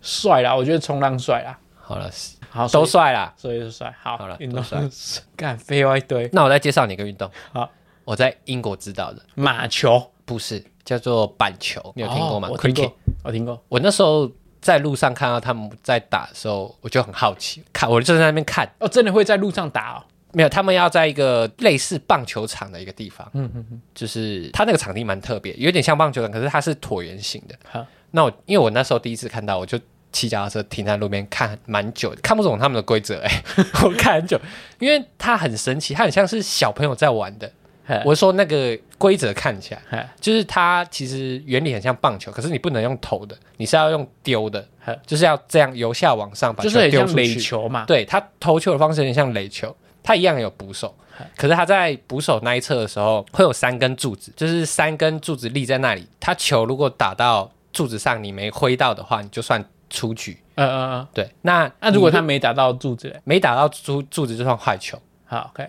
Speaker 1: 帅啦，我觉得冲浪帅啦，
Speaker 2: 好了，
Speaker 1: 好，所
Speaker 2: 都
Speaker 1: 以
Speaker 2: 帅啦。
Speaker 1: 所以是帅，好，
Speaker 2: 好了
Speaker 1: 运
Speaker 2: 都
Speaker 1: 动
Speaker 2: 帅，
Speaker 1: (laughs) 干废话一堆，
Speaker 2: 那我再介绍你一个运动。
Speaker 1: 好，
Speaker 2: 我在英国知道的，
Speaker 1: 马球，
Speaker 2: 不是叫做板球，你有听过吗、
Speaker 1: 哦我听
Speaker 2: Cricket
Speaker 1: 过，我听过，
Speaker 2: 我那时候在路上看到他们在打的时候，我就很好奇，看我就在那边看，
Speaker 1: 哦，真的会在路上打哦， (laughs)
Speaker 2: 没有，他们要在一个类似棒球场的一个地方，嗯嗯嗯，就是它那个场地蛮特别，有点像棒球场，可是它是椭圆形的。
Speaker 1: 好
Speaker 2: 那我因为我那时候第一次看到，我就骑脚踏车停在路边看蛮久，看不懂他们的规则哎、我看很久，因为它很神奇，它很像是小朋友在玩的。
Speaker 1: (laughs) 嘿
Speaker 2: 我说那个规则看起来，
Speaker 1: 嘿
Speaker 2: 就是它其实原理很像棒球，可是你不能用投的，你是要用丢的
Speaker 1: 嘿，
Speaker 2: 就是要这样由下往上把
Speaker 1: 就
Speaker 2: 球
Speaker 1: 是很
Speaker 2: 丢
Speaker 1: 像
Speaker 2: 出
Speaker 1: 垒
Speaker 2: 去。
Speaker 1: 球嘛，
Speaker 2: 对他投球的方式有点像垒球，他一样有捕手，可是他在捕手那一侧的时候会有三根柱子，就是三根柱子立在那里，他球如果打到柱子上你没挥到的话，你就算出局。
Speaker 1: 呃呃，呃
Speaker 2: 对，那
Speaker 1: 那如果他
Speaker 2: 你
Speaker 1: 没打到柱子嘞，
Speaker 2: 没打到柱柱子就算坏球。
Speaker 1: 好，OK，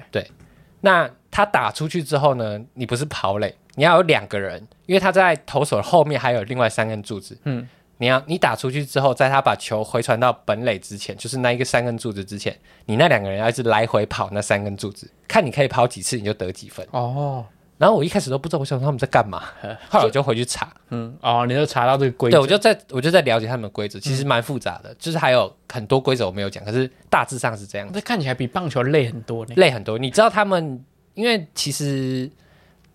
Speaker 2: 那他打出去之后呢，你不是跑垒，你要有两个人，因为他在投手后面还有另外三根柱子。
Speaker 1: 嗯，
Speaker 2: 你要你打出去之后，在他把球回传到本垒之前，就是那一个三根柱子之前，你那两个人要一直来回跑那三根柱子，看你可以跑几次，你就得几分。
Speaker 1: 哦，
Speaker 2: 然后我一开始都不知道，我想说他们在干嘛，后来我就回去查，
Speaker 1: 嗯，哦，你就查到这个规
Speaker 2: 对
Speaker 1: 则
Speaker 2: 我，就在我就在了解他们的规则，其实蛮复杂的，就是还有很多规则我没有讲，可是大致上是这样子。
Speaker 1: 这看起来比棒球累很多呢。
Speaker 2: 累很多。你知道他们，因为其实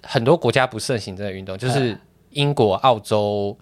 Speaker 2: 很多国家不盛行这个运动，就是英国、澳洲、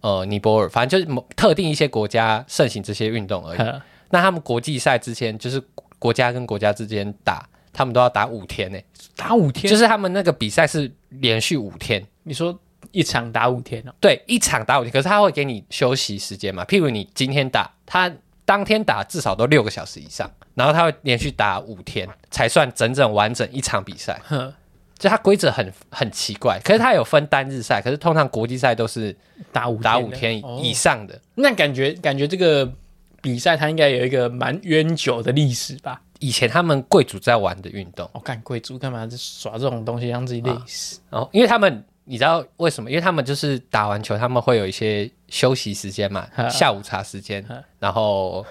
Speaker 2: 呃尼泊尔，反正就是某特定一些国家盛行这些运动而已。
Speaker 1: 呵
Speaker 2: 那他们国际赛之间，就是国家跟国家之间打，他们都要打五天呢、
Speaker 1: 打五天，
Speaker 2: 就是他们那个比赛是连续五天，
Speaker 1: 你说一场打五天哦，
Speaker 2: 对，一场打五天，可是他会给你休息时间嘛？譬如你今天打，他当天打至少都六个小时以上，然后他会连续打五天才算整整完整一场比赛。
Speaker 1: 哼，
Speaker 2: 就它规则很很奇怪，可是它有分单日赛，可是通常国际赛都是
Speaker 1: 打五
Speaker 2: 打
Speaker 1: 的
Speaker 2: 五天以
Speaker 1: 哦
Speaker 2: 以上的，
Speaker 1: 那感觉感觉这个比赛它应该有一个蛮悠久的历史吧？
Speaker 2: 以前他们贵族在玩的运动。
Speaker 1: 我、看贵哦族干嘛耍这种东西让自己累死？
Speaker 2: 然哦后，因为他们你知道为什么？因为他们就是打完球，他们会有一些休息时间嘛，
Speaker 1: 嗯
Speaker 2: 下午茶时间
Speaker 1: 嗯，(laughs)
Speaker 2: 然后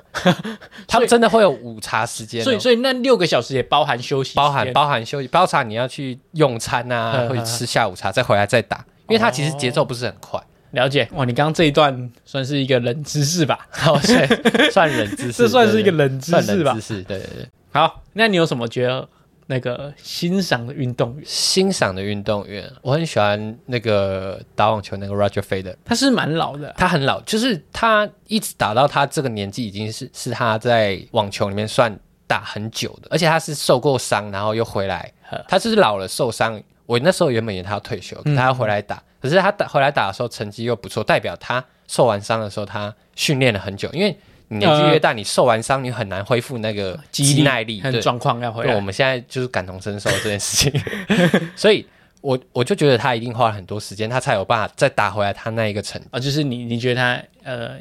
Speaker 2: 他们真的会有午茶时间哦、
Speaker 1: 所以所以那六个小时也包含休息时间，
Speaker 2: 包含包含休息，包含你要去用餐啊， (laughs)
Speaker 1: 嗯
Speaker 2: 或者吃下午茶，再回来再打，因为它其实节奏不是很快，
Speaker 1: 了解哇！你刚刚这一段算是一个冷知识吧？
Speaker 2: (laughs) 好算算冷 (laughs) 知识，
Speaker 1: 这算是一个
Speaker 2: 对
Speaker 1: 冷知
Speaker 2: 算
Speaker 1: 识吧
Speaker 2: 冷知识，对对对。
Speaker 1: 好，那你有什么觉得那个欣赏的运动员？
Speaker 2: 欣赏的运动员，我很喜欢那个打网球那个 Roger Federer，
Speaker 1: 他是蛮老的啊、
Speaker 2: 他很老，就是他一直打到他这个年纪，已经是是他在网球里面算打很久的，而且他是受过伤，然后又回来
Speaker 1: 呵，嗯
Speaker 2: 他就是老了受伤。我那时候原本以为他要退休，可是他要回来打，可是他打回来打的时候成绩又不错，代表他受完伤的时候他训练了很久，因为你年纪越大，你受完伤你很难恢复那个肌耐力，
Speaker 1: 和
Speaker 2: 对
Speaker 1: 状况要回
Speaker 2: 对，我
Speaker 1: 来。
Speaker 2: 们现在就是感同身受这件事情，
Speaker 1: (laughs)
Speaker 2: 所以我我就觉得他一定花了很多时间，他才有办法再打回来他那一个成绩。
Speaker 1: 啊，就是你你觉得他呃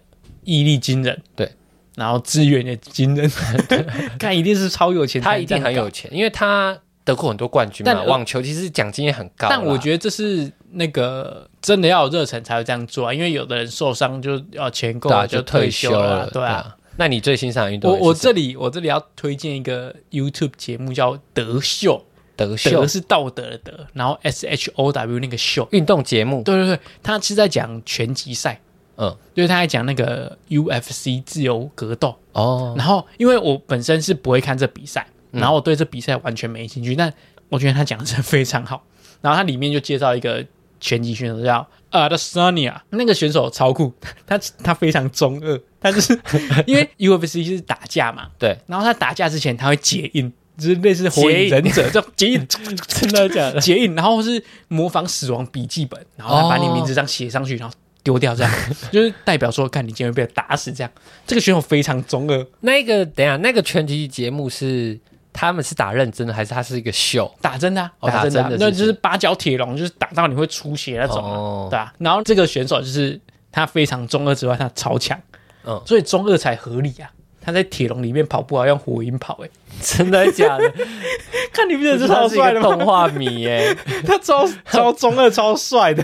Speaker 1: 毅力惊人，
Speaker 2: 对，
Speaker 1: 然后资源也惊人， (laughs) 看一定是超有钱，
Speaker 2: 他一定很有。钱，因为他得过很多冠军嘛。
Speaker 1: 但
Speaker 2: 网球其实奖金也很高啦，
Speaker 1: 但我觉得这是那个真的要有热忱才会这样做啊，因为有的人受伤就要钱够
Speaker 2: 对
Speaker 1: 了、
Speaker 2: 啊，
Speaker 1: 就
Speaker 2: 就退
Speaker 1: 休
Speaker 2: 了
Speaker 1: 啊，，对啊。。
Speaker 2: 那你最欣赏的运动
Speaker 1: 我我
Speaker 2: 员是谁？
Speaker 1: 这里我这里要推荐一个 YouTube 节目叫德秀，
Speaker 2: 德秀
Speaker 1: 德是道德的德，然后 S H O W 那个秀，
Speaker 2: 运动节目，
Speaker 1: 对对对，他是在讲拳击赛，
Speaker 2: 嗯，
Speaker 1: 就是他在讲那个 UFC 自由格斗，
Speaker 2: 哦，
Speaker 1: 然后因为我本身是不会看这比赛，
Speaker 2: 嗯
Speaker 1: 然后我对这比赛完全没兴趣，但我觉得他讲的真的非常好。然后他里面就介绍一个拳击选手叫 Adesanya，那个选手超酷， (laughs) 他他非常中二，他就是 (laughs) 因为 UFC 是打架嘛，
Speaker 2: 对，
Speaker 1: 然后他打架之前他会结印。就是类似火影忍 (laughs) 者这种结印，
Speaker 2: 真的假的？
Speaker 1: 结印，然后是模仿死亡笔记本，然后他把你名字这样写上去，然后丢掉，这 (laughs) 样就是代表说，看你今天会被打死这样。这个选手非常中二，
Speaker 2: 那个等一下那个拳击节目是他们是打认真的，还是它是一个秀？ (laughs)
Speaker 1: 打针的、啊，
Speaker 2: 哦
Speaker 1: 针啊
Speaker 2: 打针的
Speaker 1: 那
Speaker 2: 是
Speaker 1: 就是八角铁笼，就是打到你会出血那种、啊，
Speaker 2: 哦
Speaker 1: 对啊。然后这个选手就是他非常中二之外，他超强，
Speaker 2: 嗯
Speaker 1: 所以中二才合理啊。他在铁笼里面跑步，还用火影跑、欸，
Speaker 2: 真的假的？
Speaker 1: (laughs) 看你不觉 (laughs) 得这
Speaker 2: 他
Speaker 1: 超
Speaker 2: 是一
Speaker 1: 帅
Speaker 2: 个
Speaker 1: 的吗？
Speaker 2: 动画迷耶，
Speaker 1: 他超超中二，超帅的，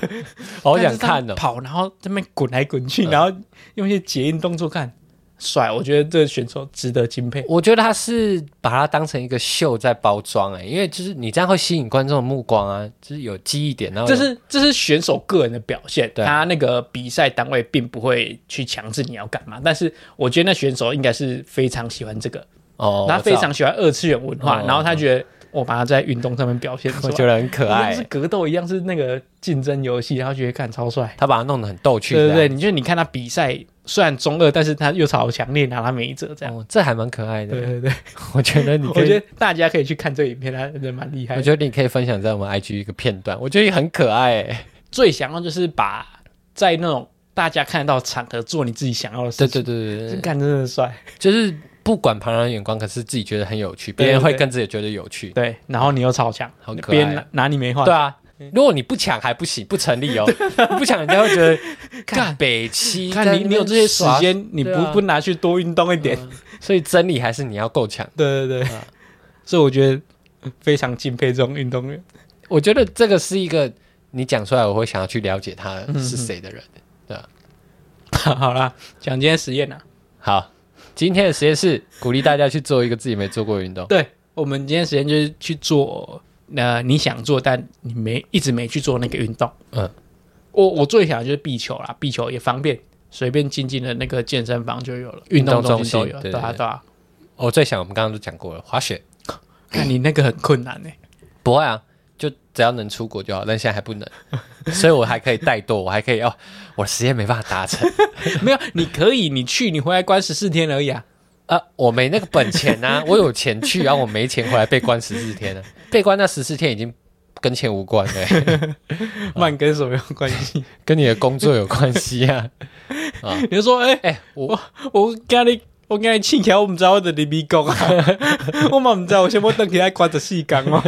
Speaker 2: 好想看
Speaker 1: 的。
Speaker 2: 哦。嗯
Speaker 1: 跑，然后在那边滚来滚去，然后用一些结印动作看，帅。我觉得这个选手值得钦佩。
Speaker 2: 我觉得他是把它当成一个秀在包装哎、因为就是你这样会吸引观众的目光啊，就是有记忆点，然后
Speaker 1: 这
Speaker 2: 有
Speaker 1: 是这是选手个人的表现，
Speaker 2: 对
Speaker 1: 他那个比赛单位并不会去强制你要干嘛，但是我觉得那选手应该是非常喜欢这个，
Speaker 2: 哦，
Speaker 1: 他
Speaker 2: 我知
Speaker 1: 非
Speaker 2: 道
Speaker 1: 常喜欢二次元文化，
Speaker 2: 哦
Speaker 1: 然后他觉得我把他在运动上面表现出
Speaker 2: (laughs) 我
Speaker 1: 来，
Speaker 2: 觉得很可爱
Speaker 1: 一样是
Speaker 2: 欸、
Speaker 1: 格斗一样是那个竞争游戏，然后觉得看超帅，
Speaker 2: 他把它弄得很逗趣，
Speaker 1: 对对
Speaker 2: 这
Speaker 1: 对，
Speaker 2: 样
Speaker 1: 你就你看他比赛虽然中二，但是他又超强烈，拿他没辙这样，
Speaker 2: 哦，这还蛮可爱
Speaker 1: 对
Speaker 2: 的。
Speaker 1: 对对，
Speaker 2: (laughs) 我觉得你可
Speaker 1: 我觉
Speaker 2: 以，
Speaker 1: 得大家可以去看这个影片，他真的蛮厉害
Speaker 2: 我
Speaker 1: 的。
Speaker 2: 觉得你可以分享在我们 IG 一个片段，我觉得很可爱欸、
Speaker 1: 最想要就是把在那种大家看得到的场合做你自己想要的事
Speaker 2: 对
Speaker 1: 情。
Speaker 2: 对对对对，
Speaker 1: 干真的帅，
Speaker 2: 就是不管旁人的眼光，可是自己觉得很有趣，别人
Speaker 1: 对对
Speaker 2: 会
Speaker 1: 对
Speaker 2: 跟自己觉得有趣。
Speaker 1: 对，然后你又超强，
Speaker 2: 好可爱
Speaker 1: 别人拿拿你没话，
Speaker 2: 对啊，如果你不抢还不行，不
Speaker 1: (laughs)
Speaker 2: 成立哦。你不抢，人家会觉得干北七，
Speaker 1: 看你你有这些时
Speaker 2: 在那边耍
Speaker 1: 间，你不、
Speaker 2: 对啊
Speaker 1: 不拿去多运动一点，
Speaker 2: 所以真理还是你要够强。
Speaker 1: 对对对，所以我觉得嗯非常敬佩这种运动员。 (laughs)
Speaker 2: 我觉得这个是一个你讲出来，我会想要去了解
Speaker 1: 嗯
Speaker 2: 他是谁的人。
Speaker 1: 好啦，讲今天实验啦，
Speaker 2: 好，今天的实验是鼓励大家去做一个自己没做过的运动。
Speaker 1: 对我们今天实验就是去做，呃，你想做但你没一直没去做那个运动。
Speaker 2: 嗯，
Speaker 1: 我我最想的就是壁球啦，壁球也方便，随便进进的那个健身房就有了，运动
Speaker 2: 动
Speaker 1: 中
Speaker 2: 中
Speaker 1: 心都
Speaker 2: 心
Speaker 1: 有，
Speaker 2: 对
Speaker 1: 对啊
Speaker 2: 对对
Speaker 1: 对啊。
Speaker 2: 哦我最想我们刚刚都讲过了，滑雪
Speaker 1: 看你那个很困难呢、欸
Speaker 2: (laughs) 不会啊，就只要能出国就好，但现在还不能，所以我还可以怠惰，我还可以哦，我的实验没办法达成， (laughs)
Speaker 1: 没有，你可以，你去，你回来关十四天而已啊。
Speaker 2: 呃，我没那啊个本钱啊，我有钱去，然后我没钱回来被关十四天了、被关那十四天已经跟钱无关 (laughs) 的、欸
Speaker 1: 慢跟什么有关
Speaker 2: (laughs)
Speaker 1: 系？
Speaker 2: 跟你的工作有关系啊。
Speaker 1: 你就说，哎、
Speaker 2: 哎、我
Speaker 1: 我跟你，我跟你请桥，我唔知道我的李米
Speaker 2: (laughs)
Speaker 1: 讲啊，我嘛唔知道，我想要等起来关着细讲
Speaker 2: (laughs)
Speaker 1: 哦。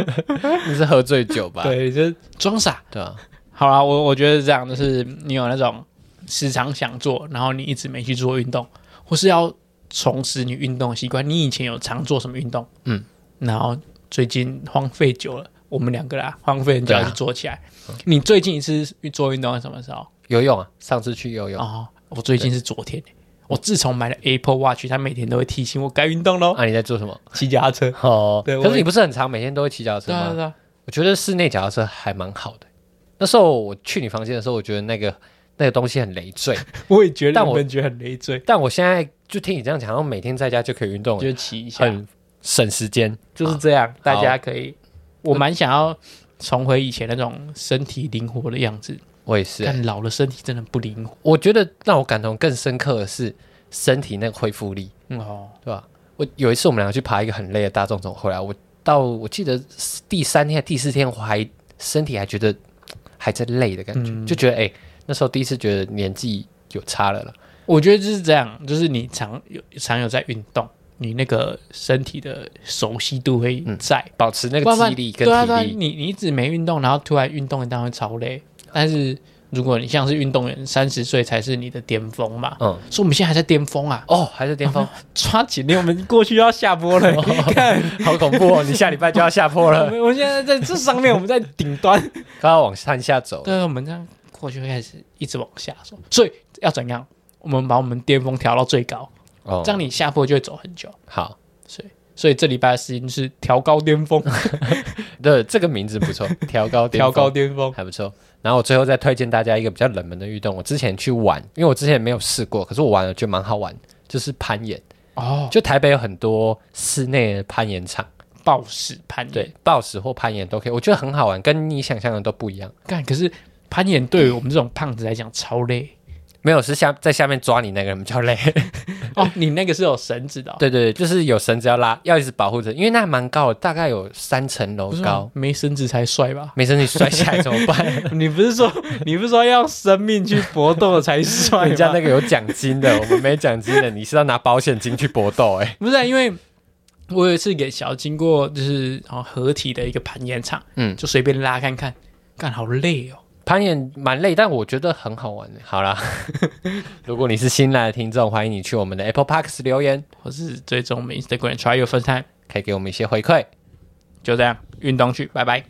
Speaker 2: 你是喝醉酒吧？
Speaker 1: 对，就是装傻。
Speaker 2: 对啊，
Speaker 1: 好啦，我我觉得是这样，就是你有那种时常想做，然后你一直没去做运动，或是要重拾你运动的习惯。你以前有常做什么运动？
Speaker 2: 嗯，
Speaker 1: 然后最近荒废久了，我们两个啦，荒废很久
Speaker 2: 对啊
Speaker 1: 要去做起来。你最近一次做运动是什么时候？
Speaker 2: 游泳啊，上次去游泳
Speaker 1: 哦，我最近是昨天。我自从买了 Apple Watch，它每天都会提醒我该运动喽，
Speaker 2: 啊，你在做什么？
Speaker 1: 骑脚踏车。
Speaker 2: 哦，
Speaker 1: 对我
Speaker 2: 可是你不是很常每天都会骑脚踏车
Speaker 1: 对啊
Speaker 2: 吗？
Speaker 1: 对啊，
Speaker 2: 我觉得室内脚踏车还蛮好的。那时候我去你房间的时候，我觉得那个那个东西很累赘， (laughs)
Speaker 1: 我也觉得
Speaker 2: 但
Speaker 1: 你
Speaker 2: 我
Speaker 1: 们觉得很累赘，
Speaker 2: 但我现在就听你这样讲，好像每天在家就可以运动了，
Speaker 1: 就骑一下。
Speaker 2: 很省时间。
Speaker 1: 就是这样，大家可以，我蛮想要重回以前那种身体灵活的样子，
Speaker 2: 我也是欸、
Speaker 1: 但老了身体真的不灵活。
Speaker 2: 我觉得让我感同更深刻的是身体那个恢复力，
Speaker 1: 嗯哦，
Speaker 2: 对吧？我有一次我们两个去爬一个很累的大众走回来，我到我记得第三天、第四天，我还身体还觉得嘖还在累的感觉，
Speaker 1: 嗯
Speaker 2: 就觉得哎、那时候第一次觉得年纪有差了啦。
Speaker 1: 我觉得就是这样，就是你常有常有在运动，你那个身体的熟悉度会在，
Speaker 2: 保持那
Speaker 1: 慢
Speaker 2: 个
Speaker 1: 慢
Speaker 2: 记忆力跟
Speaker 1: 对啊
Speaker 2: 体
Speaker 1: 对啊，
Speaker 2: 力，
Speaker 1: 你你一直没运动，然后突然运动，你当然会超累。但是如果你像是运动员，三十岁才是你的巅峰嘛，
Speaker 2: 嗯，
Speaker 1: 所以我们现在还在巅峰啊，
Speaker 2: 哦，还是巅峰， (laughs)
Speaker 1: 抓紧点，我们过去要下播 (laughs) 了，看。
Speaker 2: 好恐怖哦！你下礼拜就要下坡
Speaker 1: 我 (laughs)
Speaker 2: 了，
Speaker 1: 们我们现在在这上面，我们在顶端，
Speaker 2: 刚要往山下走，
Speaker 1: 对，我们这样过去会开始一直往下走，所以要怎样？我们把我们巅峰调到最高，
Speaker 2: 哦
Speaker 1: 这样你下坡就会走很久。
Speaker 2: 好。
Speaker 1: 所以，所以这礼拜的事情是调高巅峰，
Speaker 2: 对，这个名字不
Speaker 1: (laughs)
Speaker 2: 错，调高巅
Speaker 1: 调
Speaker 2: 峰
Speaker 1: 高巅峰。
Speaker 2: 还不错。然后我最后再推荐大家一个比较冷门的运动，我之前去玩，因为我之前没有试过，可是我玩了觉得蛮好玩，就是攀岩。
Speaker 1: 哦，
Speaker 2: 就台北有很多室内的攀岩场，
Speaker 1: 暴食攀岩，
Speaker 2: 对，暴食或攀岩都可以，我觉得很好玩，跟你想象的都不一样。
Speaker 1: 干可是攀岩对于我们这种胖子来讲超
Speaker 2: (laughs)
Speaker 1: 累
Speaker 2: 没有是下在下面抓你那个人比较累， (laughs)
Speaker 1: 哦。你那个是有绳子的、哦，
Speaker 2: 对对，对就是有绳子要拉，要一直保护着，因为那还蛮高的，大概有三层楼
Speaker 1: 不是吗
Speaker 2: 高，？
Speaker 1: 没绳子才帅吧 (laughs)
Speaker 2: 没绳子摔下来怎 (laughs) 么办？
Speaker 1: 你不是说你不是说要用生命去搏斗才帅
Speaker 2: (laughs) 人家
Speaker 1: 吗？
Speaker 2: 那个有奖金的，我们没奖金的，你是要拿保险金去搏斗哎、
Speaker 1: 不是、啊，因为我有一次给小经过，就是哦合体的一个攀岩场，
Speaker 2: 嗯
Speaker 1: 就随便拉看看，干好累哦。
Speaker 2: 攀岩蛮累，但我觉得很好玩欸好 (laughs) 啦，如果你是新来的听众，欢迎你去我们的 Apple Parks 留言，
Speaker 1: 或是追踪我们 Instagram try your first time，
Speaker 2: 可以给我们一些回馈。
Speaker 1: 就这样，运动去，拜拜。